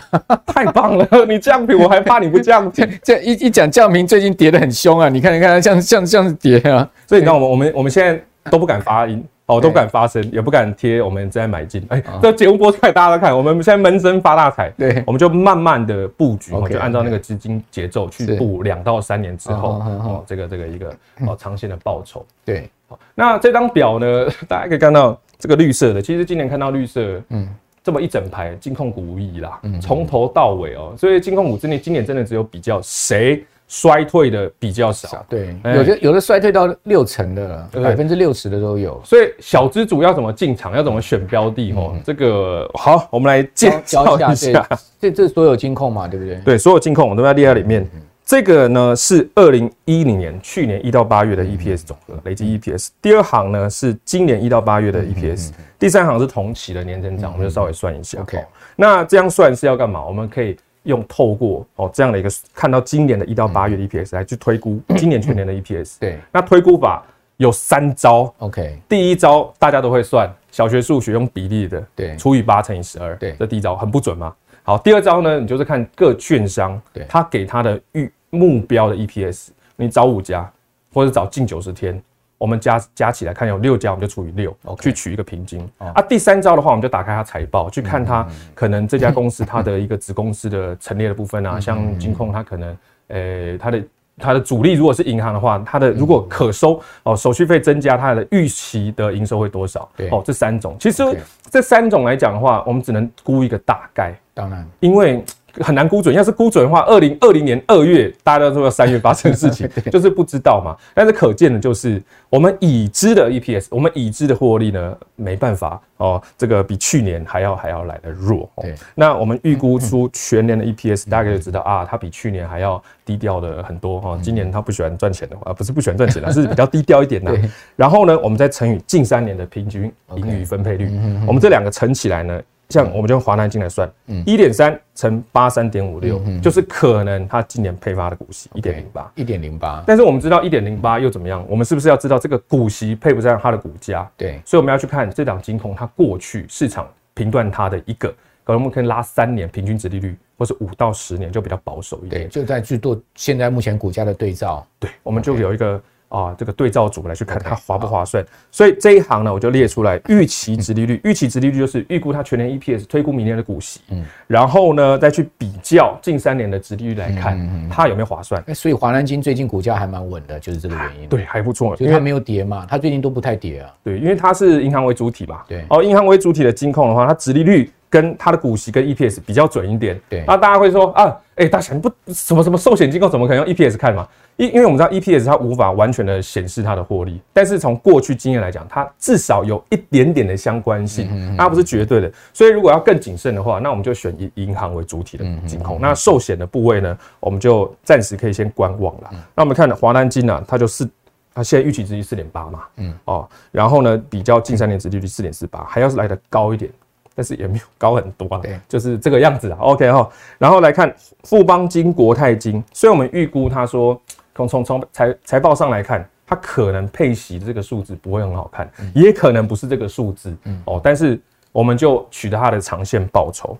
B: 太棒了！你降频，我还怕你不降频。
A: 这一一讲降平最近跌得很凶啊，你看你看它像像像是跌啊，
B: 所以你看我们我们我们现在都不敢发音。
A: 对
B: 哦，都不敢发声，也不敢贴我们在买进。哎、这节目播出来大家都看，我们现在闷声发大财。
A: 对
B: 我们就慢慢的布局，
A: OK，
B: 我就按照那个资金节奏去
A: 是
B: 布两到三年之后，
A: 哦哦哦
B: 哦，这个这个一个哦长线的报酬。
A: 对，
B: 那这张表呢，大家可以看到这个绿色的，其实今年看到绿色，嗯，这么一整排金控股无疑啦，从头到尾哦，所以金控股之内今年真的只有比较谁衰退的比较少。
A: 对，
B: 哎
A: 有的有的衰退到六成的了，
B: 对
A: 百分之六十的都有。
B: 所以小资主要怎么进场，要怎么选标的哦？这个好，我们来介绍一下。
A: 这这所有金控嘛，对不对？
B: 对，所有金控我都在列在里面。这个呢是二零一零年去年一到八月的 E EPS 总和累计 EPS，第二行呢是今年一到八月的 EPS，第三行是同期的年增长，我们就稍微算一下。
A: OK
B: 哦那这样算是要干嘛？我们可以用透过哦这样的一个看到今年的一到八月的 EPS 来去推估今年全年的 EPS。
A: 对
B: 那推估法有三招，
A: ，OK，
B: 第一招大家都会算，小学数学用比例的，
A: 对
B: 除以八乘以十二，
A: 对
B: 这第一招很不准嘛。好，第二招呢，你就是看各券商，
A: 对
B: 他给他的预目标的 EPS，你找五家，或者找近九十天，我们加加起来看有六家，我们就除以六
A: OK 哦
B: 去取一个平均。啊，第三招的话，我们就打开它财报，去看它
A: 嗯
B: 可能这家公 司它的一个子公司的陈列的部分
A: 嗯
B: 啊，像金控它可能，呃，它的。它的主力如果是银行的话，它的如
A: 嗯
B: 果可收哦，手续费增加，它的预期的营收会多少？
A: 对
B: 哦，这三种，其实
A: OK
B: 这三种来讲的话，我们只能估一个大概，
A: 当然
B: 因为很难估准。要是估准的话，二零二零年二月，大家都说三月发生的 事情，就是不知道嘛。但是可见的就是，我们已知的 EPS，我们已知的获利呢，没办法哦，这个比去年还要还要来的弱、哦
A: 对。嗯
B: 那我们预估出全年的 EPS，大概就知道啊，它比去年还要低调的很多
A: 嗯
B: 哈、哦。今年它不喜欢赚钱的话，不是不喜欢赚 钱啦，是比较低调一点的
A: 对。
B: 然后呢，我们再乘以近三年的平均盈余分配率，
A: 嗯
B: 我们这两个乘起来呢，像我们就用华南金来算，一点三乘八三点五六，就是可能它今年配发的股息一点零八。
A: 一点零八，
B: 但是我们知道一点零八又怎么样？我们是不是要知道这个股息配不上它的股价？
A: 对，
B: 所以我们要去看这档金控它过去市场评断它的一个，可能我们可以拉三年平均值利率，或是五到十年就比较保守一
A: 对，
B: 点。
A: 就在去做现在目前股价的对照。
B: 对，我们就有一个啊、这个对照组来去看它划不划算。所以这一行呢，我就列出来预期值利率，预期值利率就是预估它全年 EPS，推估明年的股息，然后呢再去比较近三年的值利率来看它有没有划算。
A: 哎，所以华南金最近股价还蛮稳的，就是这个原因。，
B: 对，还不错，
A: 就是它没有跌嘛，它最近都不太跌啊。
B: 对，因为它是银行为主体嘛。
A: 对
B: 哦，银行为主体的金控的话，它殖利率跟它的股息跟 EPS 比较准一点。
A: 对
B: 那大家会说啊，哎、大侠你不什么什么寿险金控怎么可能用 EPS 看嘛？因因为我们知道 EPS 它无法完全的显示它的获利，但是从过去经验来讲，它至少有一点点的相关
A: 嗯
B: 性，它不是绝对的。所以如果要更谨慎的话，那我们就选以银行为主体的
A: 嗯
B: 金控。那寿险的部位呢，我们就暂时可以先观望
A: 嗯
B: 啦。那我们看华南金啊，它就是它现在预期值率四点八嘛，嗯哦，然后呢，比较近三年值利率四点四八，还要是来的高一点，但是也没有高很多啊
A: 对，
B: 就是这个样子啊。OK 哈，然后来看富邦金、国泰金，虽然我们预估它说从从从财财报上来看。它可能配息这个数字不会很好看，也可能不是这个数字、哦，但是我们就取得它的长线报酬。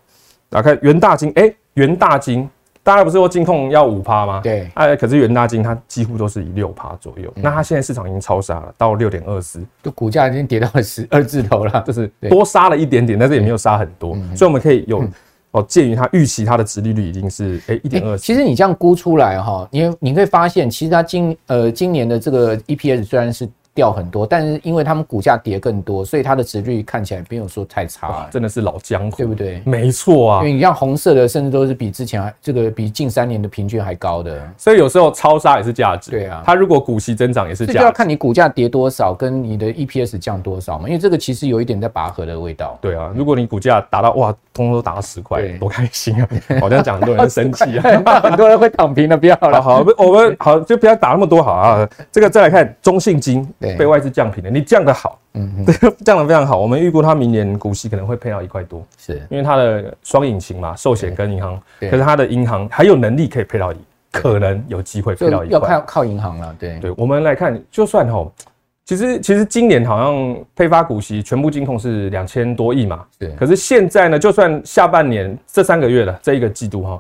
B: 打开元大金，哎、元大金，大家不是说金控要五趴吗？
A: 对嗯
B: 哎、可是元大金它几乎都是以六趴左右，那它现在市场已经超杀了，到六点二四，
A: 就股价已经跌到了十二字头了，
B: 就是多杀了一点点，但是也没有杀很多，
A: 嗯
B: 所以我们可以有、哦，鉴于它预期它的殖利率已经是哎一点
A: 欸
B: 二
A: 其
B: 四，
A: 实你这样估出来哈，你你会发现，其实它今呃今年的这个 EPS 虽然是掉很多，但是因为他们股价跌更多，所以它的值率看起来没哎有说太差，
B: 真的是老江湖，
A: 对不对？
B: 没错啊
A: 因为，你像红色的，甚至都是比之前还这个比近三年的平均还高的，
B: 所以有时候超杀也是价值，
A: 对啊
B: 它如果股息增长也是
A: 这就要
B: 价值，
A: 看你股价跌多少，跟你的 EPS 降多少嘛，因为这个其实有一点在拔河的味道。
B: 对啊，如果你股价达到哇，通通都达到十块
A: 对，
B: 多开心啊！好像讲很多人 生气啊，
A: 很多人会躺平的，不要
B: 好
A: 了。
B: 好，不我们好就不要打那么多好啊。这个再来看中信金
A: 对
B: 被外资降平的，你降的好，嗯， 对，降的非常好。我们预估它明年股息可能会配到一块多，
A: 是
B: 因为它的双引擎嘛，寿险跟银行，
A: 对
B: 可是它的银行还有能力可以配到一，可能有机会
A: 所
B: 配到
A: 以
B: 一
A: 要
B: 块。
A: 靠靠银行了，对
B: 对，我们来看，就算吼，其实其实今年好像配发股息全部金控是两千多亿嘛，
A: 对
B: 可是现在呢，就算下半年这三个月了，这一个季度哈、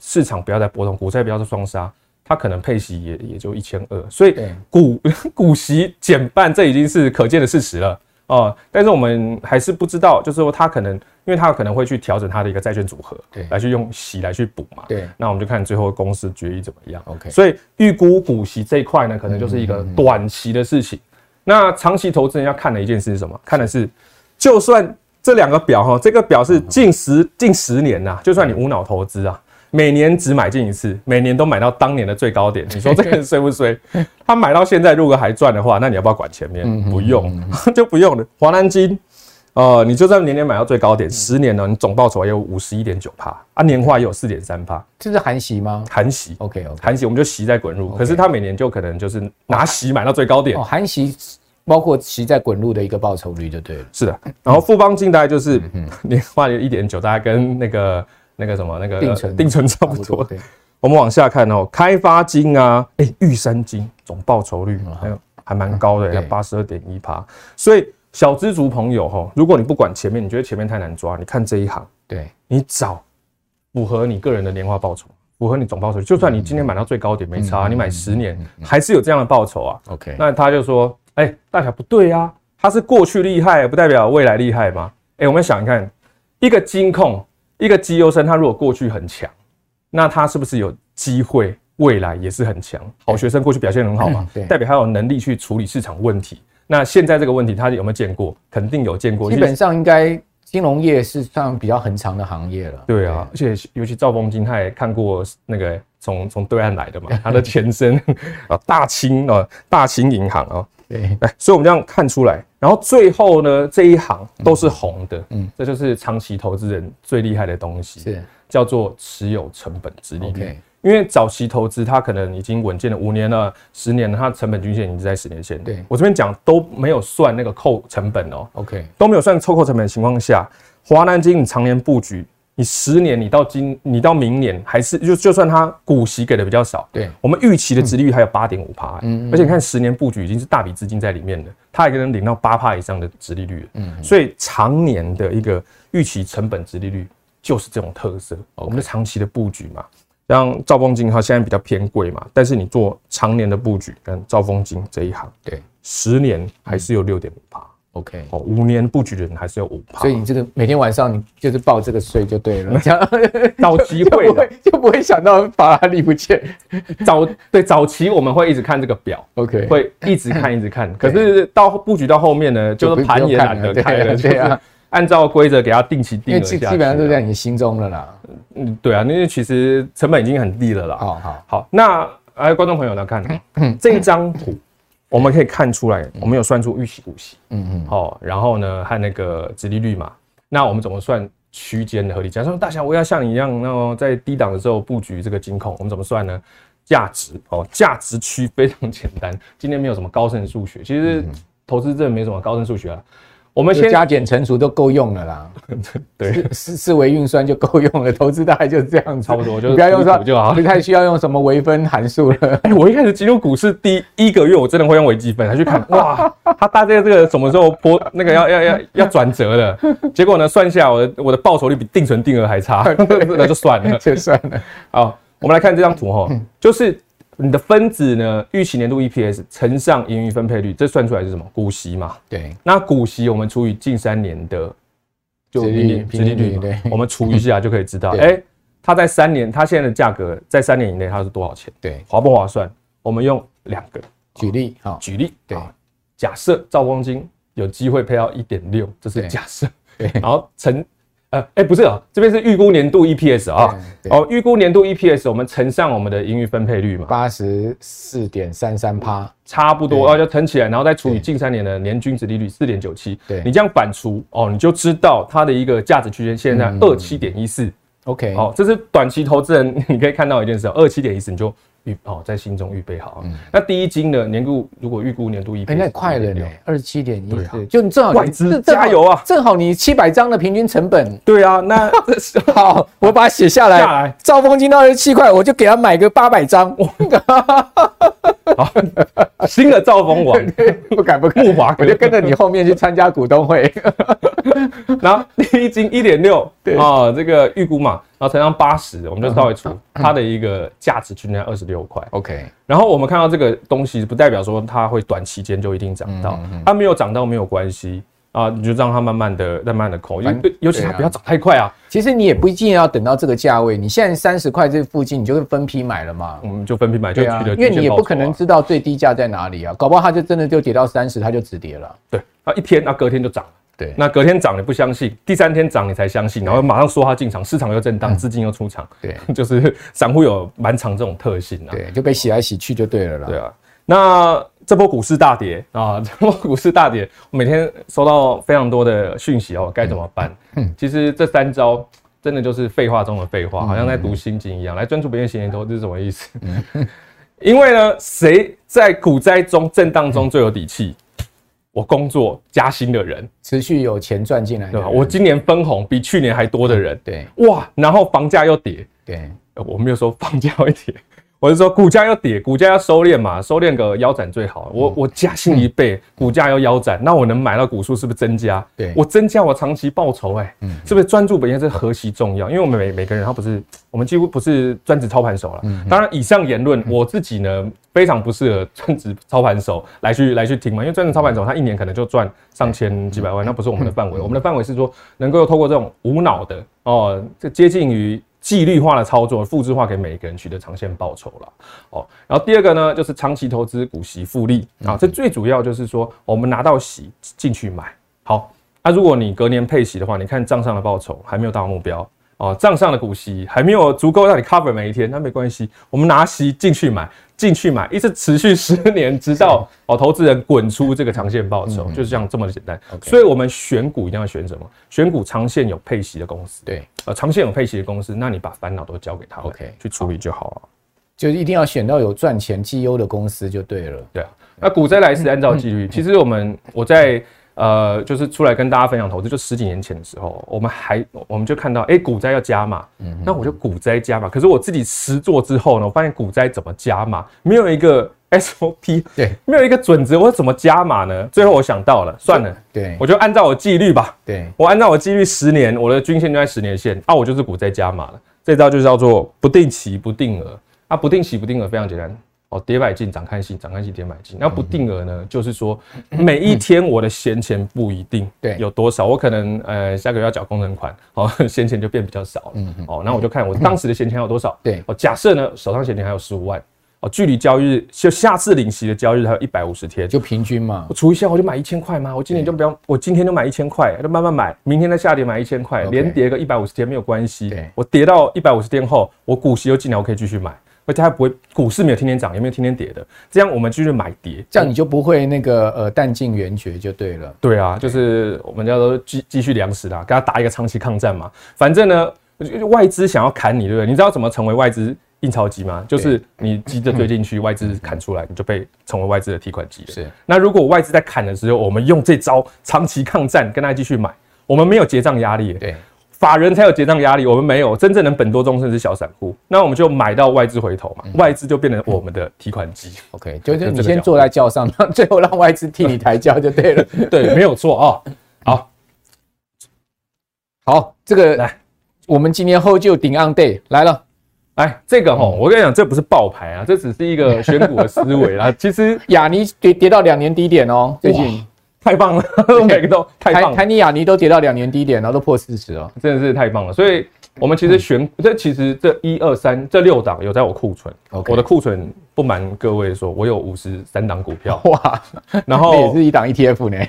B: 市场不要再波动，股债不要再双杀，它可能配息也也就一千二，所以
A: 对
B: 股 股息减半，这已经是可见的事实了。哦，但是我们还是不知道，就是说它可能，因为它可能会去调整它的一个债券组合，
A: 对
B: 来去用息来去补嘛，
A: 对
B: 那我们就看最后公司决议怎么样。
A: OK
B: 所以预估股息这一块呢，可能就是一个短期的事情。那长期投资人要看的一件事是什么？看的是，就算这两个表哈，这个表是近十近十年呐、就算你无脑投资啊，每年只买进一次，每年都买到当年的最高点，你说这 个人衰不衰？他买到现在如果还赚的话，那你要不要管前面？不用， 就不用了。华南金。呃，你就算年年买到最高点，十年呢，你总报酬也有五十一点九帕啊，年化也有四点三帕，
A: 这是含息吗
B: 含息
A: ？OK 哦 OK，
B: 含息我们就息再滚入，可是它每年就可能就是拿息买到最高点
A: 哦，，含息包括息在滚入的一个报酬率就对了。
B: 是的。然后富邦金大概就是
A: 嗯
B: 年化一点九，大概跟那个那个什么那个
A: 定存
B: 定存差
A: 差
B: 不
A: 不
B: 多
A: 多，。对，
B: 我们往下看哦，开发金啊，哎、玉山金总报酬率
A: 嗯
B: 还有还蛮高的，
A: 对
B: 八十二点一趴。所以小资族朋友哈、如果你不管前面，你觉得前面太难抓，你看这一行，
A: 对，
B: 你找符合你个人的年化报酬，符合你总报酬率。就算你今天买到最高点没
A: 嗯
B: 差，你买十年还是有这样的报酬啊。
A: OK，
B: 那他就说，哎、大小不对啊，他是过去厉害，不代表未来厉害嘛。哎、我们想一看，一个金控，一个绩优生，他如果过去很强，那他是不是有机会未来也是很强？好学生过去表现很好嘛
A: 嗯，对
B: 代表他有能力去处理市场问题。那现在这个问题，他有没有见过？肯定有见过，
A: 基本上应该金融业是算比较很长的行业了。
B: 对啊，而且尤其赵风金，他也看过那个从从对岸来的嘛，他的 前身啊，大清啊，大清银行啊，
A: 对，
B: 哎，所以我们这样看出来，然后最后呢，这一行都是红的，
A: 嗯
B: 嗯，这就是长期投资人最厉害的东西，
A: 是
B: 叫做持有成本值利率。
A: OK
B: 因为早期投资，它可能已经稳健了五年了、十年了，它成本均线已经在十年线。
A: 对
B: 我这边讲都没有算那个扣成本哦、
A: OK，
B: 都没有算抽扣成本的情况下，华南基金你常年布局，你十年，你到今，你到明年还是就就算它股息给的比较少，
A: 对
B: 我们预期的殖利率还有八点五趴，欸而且你看十年布局已经是大笔资金在里面了，它还能领到八趴以上的殖利率，嗯，所以常年的一个预期成本殖利率就是这种特色，我们的长期的布局嘛。像兆丰金它现在比较偏贵嘛，但是你做常年的布局，跟兆丰金这一行
A: 对
B: 十年还是有六点五趴，
A: OK。
B: 哦，五年布局的人还是有五趴，
A: 所以你这个每天晚上你就是报这个税就对了，这样
B: 找 机
A: 就
B: 嗯会
A: 不
B: 的
A: 会就不会想到法拉利不见。
B: 早对早期我们会一直看这个表，
A: OK，
B: 会一直看一直看，可是到布局到后面呢，
A: 就
B: 就
A: 不
B: 是盘也
A: 不用看
B: 懒
A: 了
B: 得开
A: 对啊
B: 了，就
A: 对啊
B: 是按照规则给它定期
A: 因
B: 定
A: 为
B: 额
A: 基
B: 下去啊，
A: 基本上都在你心中了啦。
B: 嗯，对啊，因为其实成本已经很低了啦。
A: 好好，
B: 好，那哎，观众朋友
A: 嗯
B: 呢，看这一张图，我们可以看出来，我们有算出预期股息，
A: 嗯嗯，
B: 哦，然后呢和那个殖利率嘛，那我们怎么算区间的合理价？说大侠，我要像你一样，那么在低档的时候布局这个金控，我们怎么算呢？价值哦，价值区非常简单，今天没有什么高深数学，其实投资这没什么高深数学啊。我们
A: 嗯就
B: 先
A: 加减乘除都够用了啦，
B: 对
A: 四四维运算就够用了，投资大概就是这样子，
B: 差不多就是
A: 你不要用
B: 图一
A: 说
B: 图就好
A: 不太需要用什么微分函数了。
B: 哎、我一开始进入股市第一个月，我真的会用微积分来去看，哇，它大概这个什么时候波那个要要要要转折了？结果呢，算下来我的我的报酬率比定存定额还差， 那就算了。
A: 就算了，
B: 好，我们来看这张图哈，
A: 嗯
B: 就是你的分子呢，预期年度 EPS 乘上盈余分配率，这算出来是什么？股息嘛。
A: 对，
B: 那股息我们除以近三年的就
A: 殖利率
B: 殖利率嘛
A: 对嗯
B: 我们除一下就可以知道，
A: 对
B: 哎，它在三年，它现在的价格在三年以内它是多少钱？
A: 对，
B: 划不划算？我们用两个
A: 举例哈，
B: 举例，
A: 对
B: 好，假设兆光金有机会配到一点六，这是
A: 对
B: 假设，
A: 对
B: 然后乘，呃，哎、不是啊，这边是预估年度 EPS 啊，
A: 对对
B: 哦，预估年度 EPS 我们乘上我们的盈余分配率嘛，
A: 八十四点三三趴，
B: 差不多
A: 对
B: 哦，就乘起来，然后再除以
A: 对
B: 近三年的年均值利率四点九七，
A: 对
B: 你这样反除哦，你就知道它的一个价值区间现在
A: 嗯
B: 二七点一四，
A: ，OK，
B: 哦，这是短期投资人你可以看到一件事，哦二七点一四你就预哦在心中预备好啊，那第一金呢，年度如果预估年度 E
A: 嗯
B: EPS，
A: 哎，那快了呢
B: 6.6，
A: 二十七点一
B: 对啊
A: 四，就你正好
B: 外资
A: 正正好
B: 加油啊
A: 正好你七百张的平均成本，
B: 对啊，那这是
A: 好，我把它写下来。
B: 下来
A: 兆丰金到二十七块，我就给他买个八百张。哎
B: 新的兆丰网，
A: 不敢不敢，
B: 木华哥
A: 我就跟着你后面去参加股东 会。
B: 然后第一金一点六，
A: 对嗯
B: 啊，这个预估嘛，然后乘上八十，我们就稍微除它的一个价值均在二十六块。
A: OK，
B: 然后我们看到这个东西，不代表说它会短期间就一定涨
A: 嗯
B: 到，它没有涨到没有关系啊，你就让它慢慢的、慢慢的抠，尤
A: 反正
B: 尤其
A: 对
B: 它
A: 啊
B: 不要涨太快啊，
A: 其实你也不一定要等到这个价位，你现在三十块这附近，你就会分批买了嘛
B: 我。们就分批买就
A: 对
B: 取
A: 啊
B: 得，
A: 因为
B: 均
A: 你
B: 线
A: 也
B: 报
A: 不
B: 酬
A: 可能
B: 啊
A: 知道最低价在哪里啊，搞不好它就真的就跌到三十，它就止跌了。
B: 对，那一天那啊隔天就涨了。
A: 对
B: 那隔天涨你不相信，第三天涨你才相信，然后马上说它进场，市场又震
A: 嗯
B: 荡，资金又出场，
A: 对
B: 就是散户有蛮长这种特性啊。
A: 对，就被洗来洗去就对了啦。
B: 对啊，那这波股市大跌啊， 这波股市大跌，我每天收到非常多的讯息哦，该怎么办？其实这三招真的就是废话中的废话，好像在读心经一样，来专注别人闲言投资是什么意思？ 因为呢，谁在股灾中、震荡中最有底气？我工作加薪的人，
A: 持续有钱赚进来的
B: 对吧？
A: 人。
B: 我今年分红比去年还多的人，
A: 对
B: 哇，然后房价又跌，
A: 对
B: 呃我没有说房价会跌，我是说股价要跌，股价要收敛嘛，收敛个腰斩最好。我我加薪一倍，股价要腰斩，那我能买到股数是不是增加？
A: 对
B: 我增加我长期报酬、哎、是不是专注本业这何其重要？因为我们每每个人他不是，我们几乎不是专职操盘手了。当然，以上言论我自己呢非常不适合专职操盘手来去来去听嘛，因为专职操盘手他一年可能就赚上千几百万，那不是我们的范围。我们的范围是说能够透过这种无脑的哦，这接近于纪律化的操作，复制化给每个人取得长线报酬啦。哦，然后第二个呢，就是长期投资股息复利啊，这最主要就是说我们拿到息进去买。好，那、如果你隔年配息的话，你看账上的报酬还没有达到目标哦，账上的股息还没有足够让你 cover 每一天，那没关系，我们拿息进去买，进去买，一直持续十年，直到哦投资人滚出这个长线报酬，就是这样这么简单。所以我们选股一定要选什么？选股长线有配息的公司，
A: 对，
B: 呃，长线有配息的公司，那你把烦恼都交给他们
A: OK，
B: 去处理就好了。
A: 就是一定要选到有赚钱绩优的公司就对了。
B: 对啊，那股灾来是按照纪律。其实我们我在呃，就是出来跟大家分享投资，就十几年前的时候，我们还我们就看到，哎、股灾要加码，那我就股灾加码。可是我自己实做之后呢，我发现股灾怎么加码，没有一个 SOP，
A: 对
B: 没有一个准则，我怎么加码呢？最后我想到了，算了，
A: 对
B: 我就按照我纪律吧。
A: 对，
B: 我按照我纪律十年，我的均线就在十年线啊，我就是股在加码了。这招就叫做不定期不定额啊，不定期不定额非常简单哦，跌买进涨看戏，涨看戏跌买进。那不定额呢，就是说每一天我的闲钱不一定
A: 嗯对
B: 有多少，我可能呃下个月要缴工程款哦， 闲钱就变比较少了哦，那我就看我当时的闲钱还有多少。
A: 嗯对
B: 哦，假设呢手上闲钱还有十五万哦，距离交易日就下次领息的交易日还有一百五十天，
A: 就平均嘛
B: 我。除一下，我就买一千块吗？我今年就不要，我今天就买一千块，就慢慢买，明天再下跌买一千块，
A: OK
B: 连跌个一百五十天没有关系
A: 对。
B: 我跌到一百五十天后，我股息又进来，我可以继续买，而且它不会，股市没有天天涨，也没有天天跌的，这样我们继续买跌。
A: 这样你就不会那个呃弹尽援绝就对了。
B: 对啊，就是我们叫做继继续粮食啦，跟他打一个长期抗战嘛。反正呢，外资想要砍你，对不对？你知道怎么成为外资印钞机吗？就是你急着追进去，外资砍出来，你就被成为外资的提款机了。
A: 是。
B: 那如果外资在砍的时候，我们用这招长期抗战，跟他继续买，我们没有结账压力。。
A: 对，
B: 法人才有结账压力，我们没有，真正能本多终身是小散户，那我们就买到外资回头嘛，外资就变成我们的提款机。
A: OK，就是
B: 就
A: 你
B: 这个
A: 先
B: 角
A: 坐在轿上，让最后让外资替你抬轿就对 了。
B: 对，没有错啊、好，
A: 好，这个
B: 来
A: 我们今天后就顶 on day 来了，
B: 哎，这个吼，我跟你讲，这不是爆牌啊，这只是一个选股的思维啦。其实
A: 雅尼跌跌到两年低点哦，最近
B: 太棒了，每个都太棒
A: 台台
B: 了，
A: 尼雅尼都跌到两年低点，然后都破四十哦。
B: 真的是太棒了。所以，我们其实选这其实这一二三这六档有在我库存
A: OK，
B: 我的库存不瞒各位说，我有五十三档股票
A: 哇，哦
B: 然
A: 这也
B: 后
A: 是一档 ETF 呢。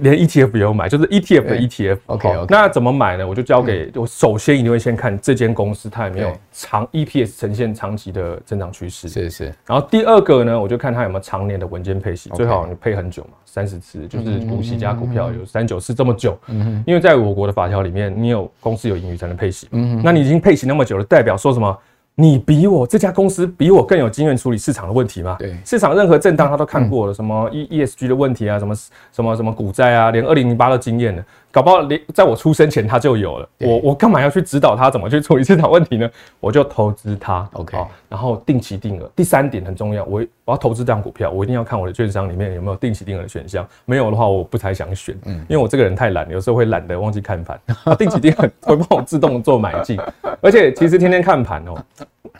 B: 连 ETF 也有买，就是 ETF 的
A: 对
B: ETF 好。
A: OK，OK
B: 那怎么买呢？我就交给我首先一定会先看这间公司它有没有
A: 对
B: 长 EPS 呈现长期的增长趋势。
A: 是是，
B: 然后第二个呢，我就看它有没有常年的文件配息，最好你配很久嘛，三十次，就是股息加股票有三九次这么久。因为在我国的法条里面，你有公司有盈余才能配息。那你已经配息那么久了，代表说什么？你比我这家公司比我更有经验处理市场的问题嘛？
A: 对
B: 市场任何震荡他都看过了，什么 E E S G 的问题啊，什么什么什么股债啊，连二零零八都经验了，搞不好连在我出生前他就有了。我我干嘛要去指导他怎么去处理市场问题呢？我就投资他。
A: OK
B: 好然后定期定额。第三点很重要，我我要投资这档股票，我一定要看我的券商里面有没有定期定额的选项，没有的话我不太想选，
A: 嗯
B: 因为我这个人太懒，有时候会懒得忘记看盘，定期定额会帮我自动做买进，而且其实天天看盘哦，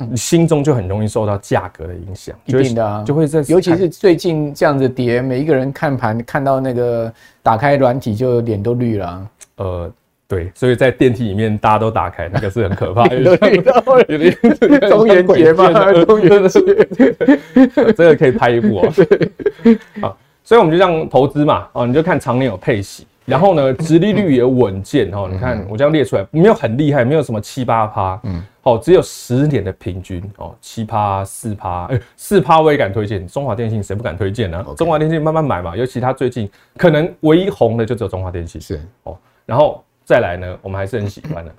B: 你心中就很容易受到价格的影响，
A: 一
B: 就会
A: 定的啊，
B: 就会在
A: 尤其
B: 看
A: 是最近这样子跌，每一个人看盘看到那个打开软体就脸都绿了啊，
B: 呃。对，所以在电梯里面大家都打开，那个是很可怕的
A: 都绿了。
B: 有点
A: 中元节嘛 中
B: 元节， 这个可以拍一部 哦。啊，所以我们就这样投资嘛，哦，你就看常年有配息，然后呢，殖利率也稳健
A: 嗯
B: 哦。你看我这样列出来，没有很厉害，没有什么七八趴，嗯，哦，只有十年的平均哦，七趴、四趴，哎，四趴我也敢推荐，中华电信谁不敢推荐呢、
A: OK
B: 中华电信慢慢买嘛，尤其它最近可能唯一红的就只有中华电 信，
A: 是
B: 哦，然后再来呢，我们还是很喜欢的。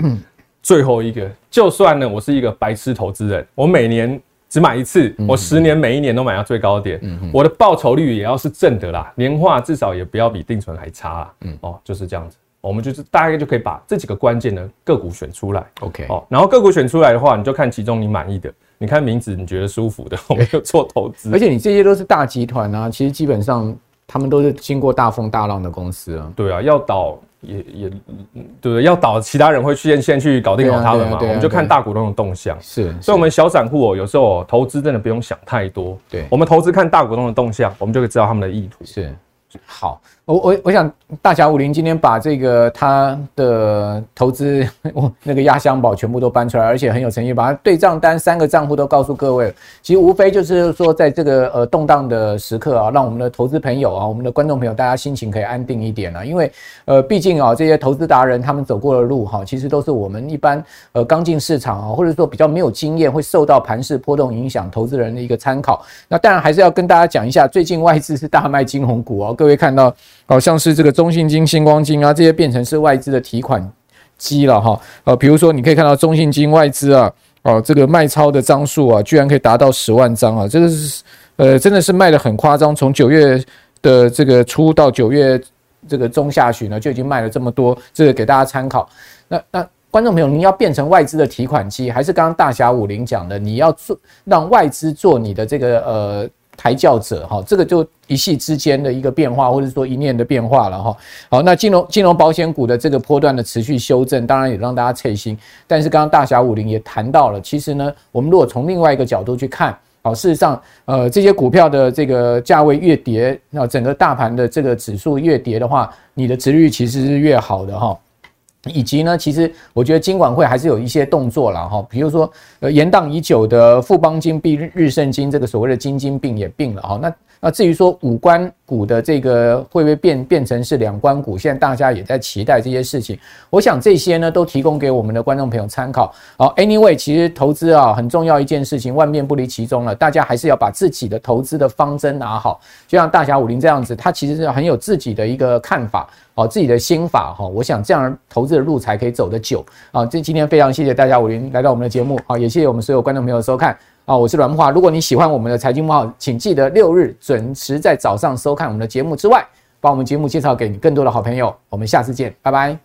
B: 最后一个，就算呢，我是一个白痴投资人，我每年只买一次，我十年每一年都买到最高点，我的报酬率也要是正的啦，年化至少也不要比定存还差啦。哦，就是这样子，我们就是大概就可以把这几个关键的个股选出来。
A: OK，
B: 哦，然后个股选出来的话，你就看其中你满意的，你看名字你觉得舒服的，我们就做投资
A: 而。且你这些都是大集团啊，其实基本上他们都是经过大风大浪的公司啊。
B: 对啊，要倒也也嗯对不对？要倒，其他人会去先先去搞定
A: 对啊
B: 好他们
A: 对啊
B: 嘛。
A: 对啊
B: 我们就
A: 对
B: 看
A: 啊
B: 大股东的动向。
A: 是，
B: 所以，我们小散户哦，有时候哦投资真的不用想太多。
A: 对
B: 我们投资看大股东的动向，我们就可以知道他们的意图。
A: 是好，我我我想大侠武林今天把这个他的投资我那个压箱宝全部都搬出来，而且很有诚意，把他对账单三个账户都告诉各位了。其实无非就是说，在这个呃动荡的时刻啊，让我们的投资朋友啊，我们的观众朋友，大家心情可以安定一点啊，因为呃毕竟啊这些投资达人他们走过的路哈、其实都是我们一般呃刚进市场啊，或者说比较没有经验，会受到盘势波动影响投资人的一个参考。那当然还是要跟大家讲一下，最近外资是大卖金红股哦，各位看到好、像是这个中信金、星光金啊，这些变成是外资的提款机了哈。呃，比如说你可以看到中信金外资啊，哦、这个卖超的张数啊，居然可以达到十万张啊，这个是呃真的是卖的很夸张，从九月的这个初到九月这个中下旬呢，就已经卖了这么多，这个给大家参考。那那。观众朋友，你要变成外资的提款机，还是刚刚大侠武林讲的，你要做让外资做你的这个呃抬轿者哈、这个就一系之间的一个变化，或者说一念的变化了哈、好，那金融金融保险股的这个波段的持续修正，当然也让大家脆心。但是刚刚大侠武林也谈到了，其实呢，我们如果从另外一个角度去看。好，事实上，呃，这些股票的这个价位越跌，那整个大盘的这个指数越跌的话，你的值率其实是越好的哈、以及呢，其实我觉得金管会还是有一些动作了哈，比如说呃延宕已久的富邦金、必日盛金这个所谓的金金病也病了哈。那那至于说五官股的这个会不会变变成是两关股，现在大家也在期待这些事情。我想这些呢都提供给我们的观众朋友参考。好，anyway，其实投资啊很重要一件事情，万变不离其宗了，大家还是要把自己的投资的方针拿好。就像大侠武林这样子，他其实是很有自己的一个看法，哦，自己的心法哈、我想这样投资的路才可以走得久啊。这今天非常谢谢大侠武林来到我们的节目，好、也谢谢我们所有观众朋友的收看啊。我是阮木华，如果你喜欢我们的财经木号，请记得六日准时在早上收看我们的节目之外，把我们节目介绍给你更多的好朋友。我们下次见，拜拜。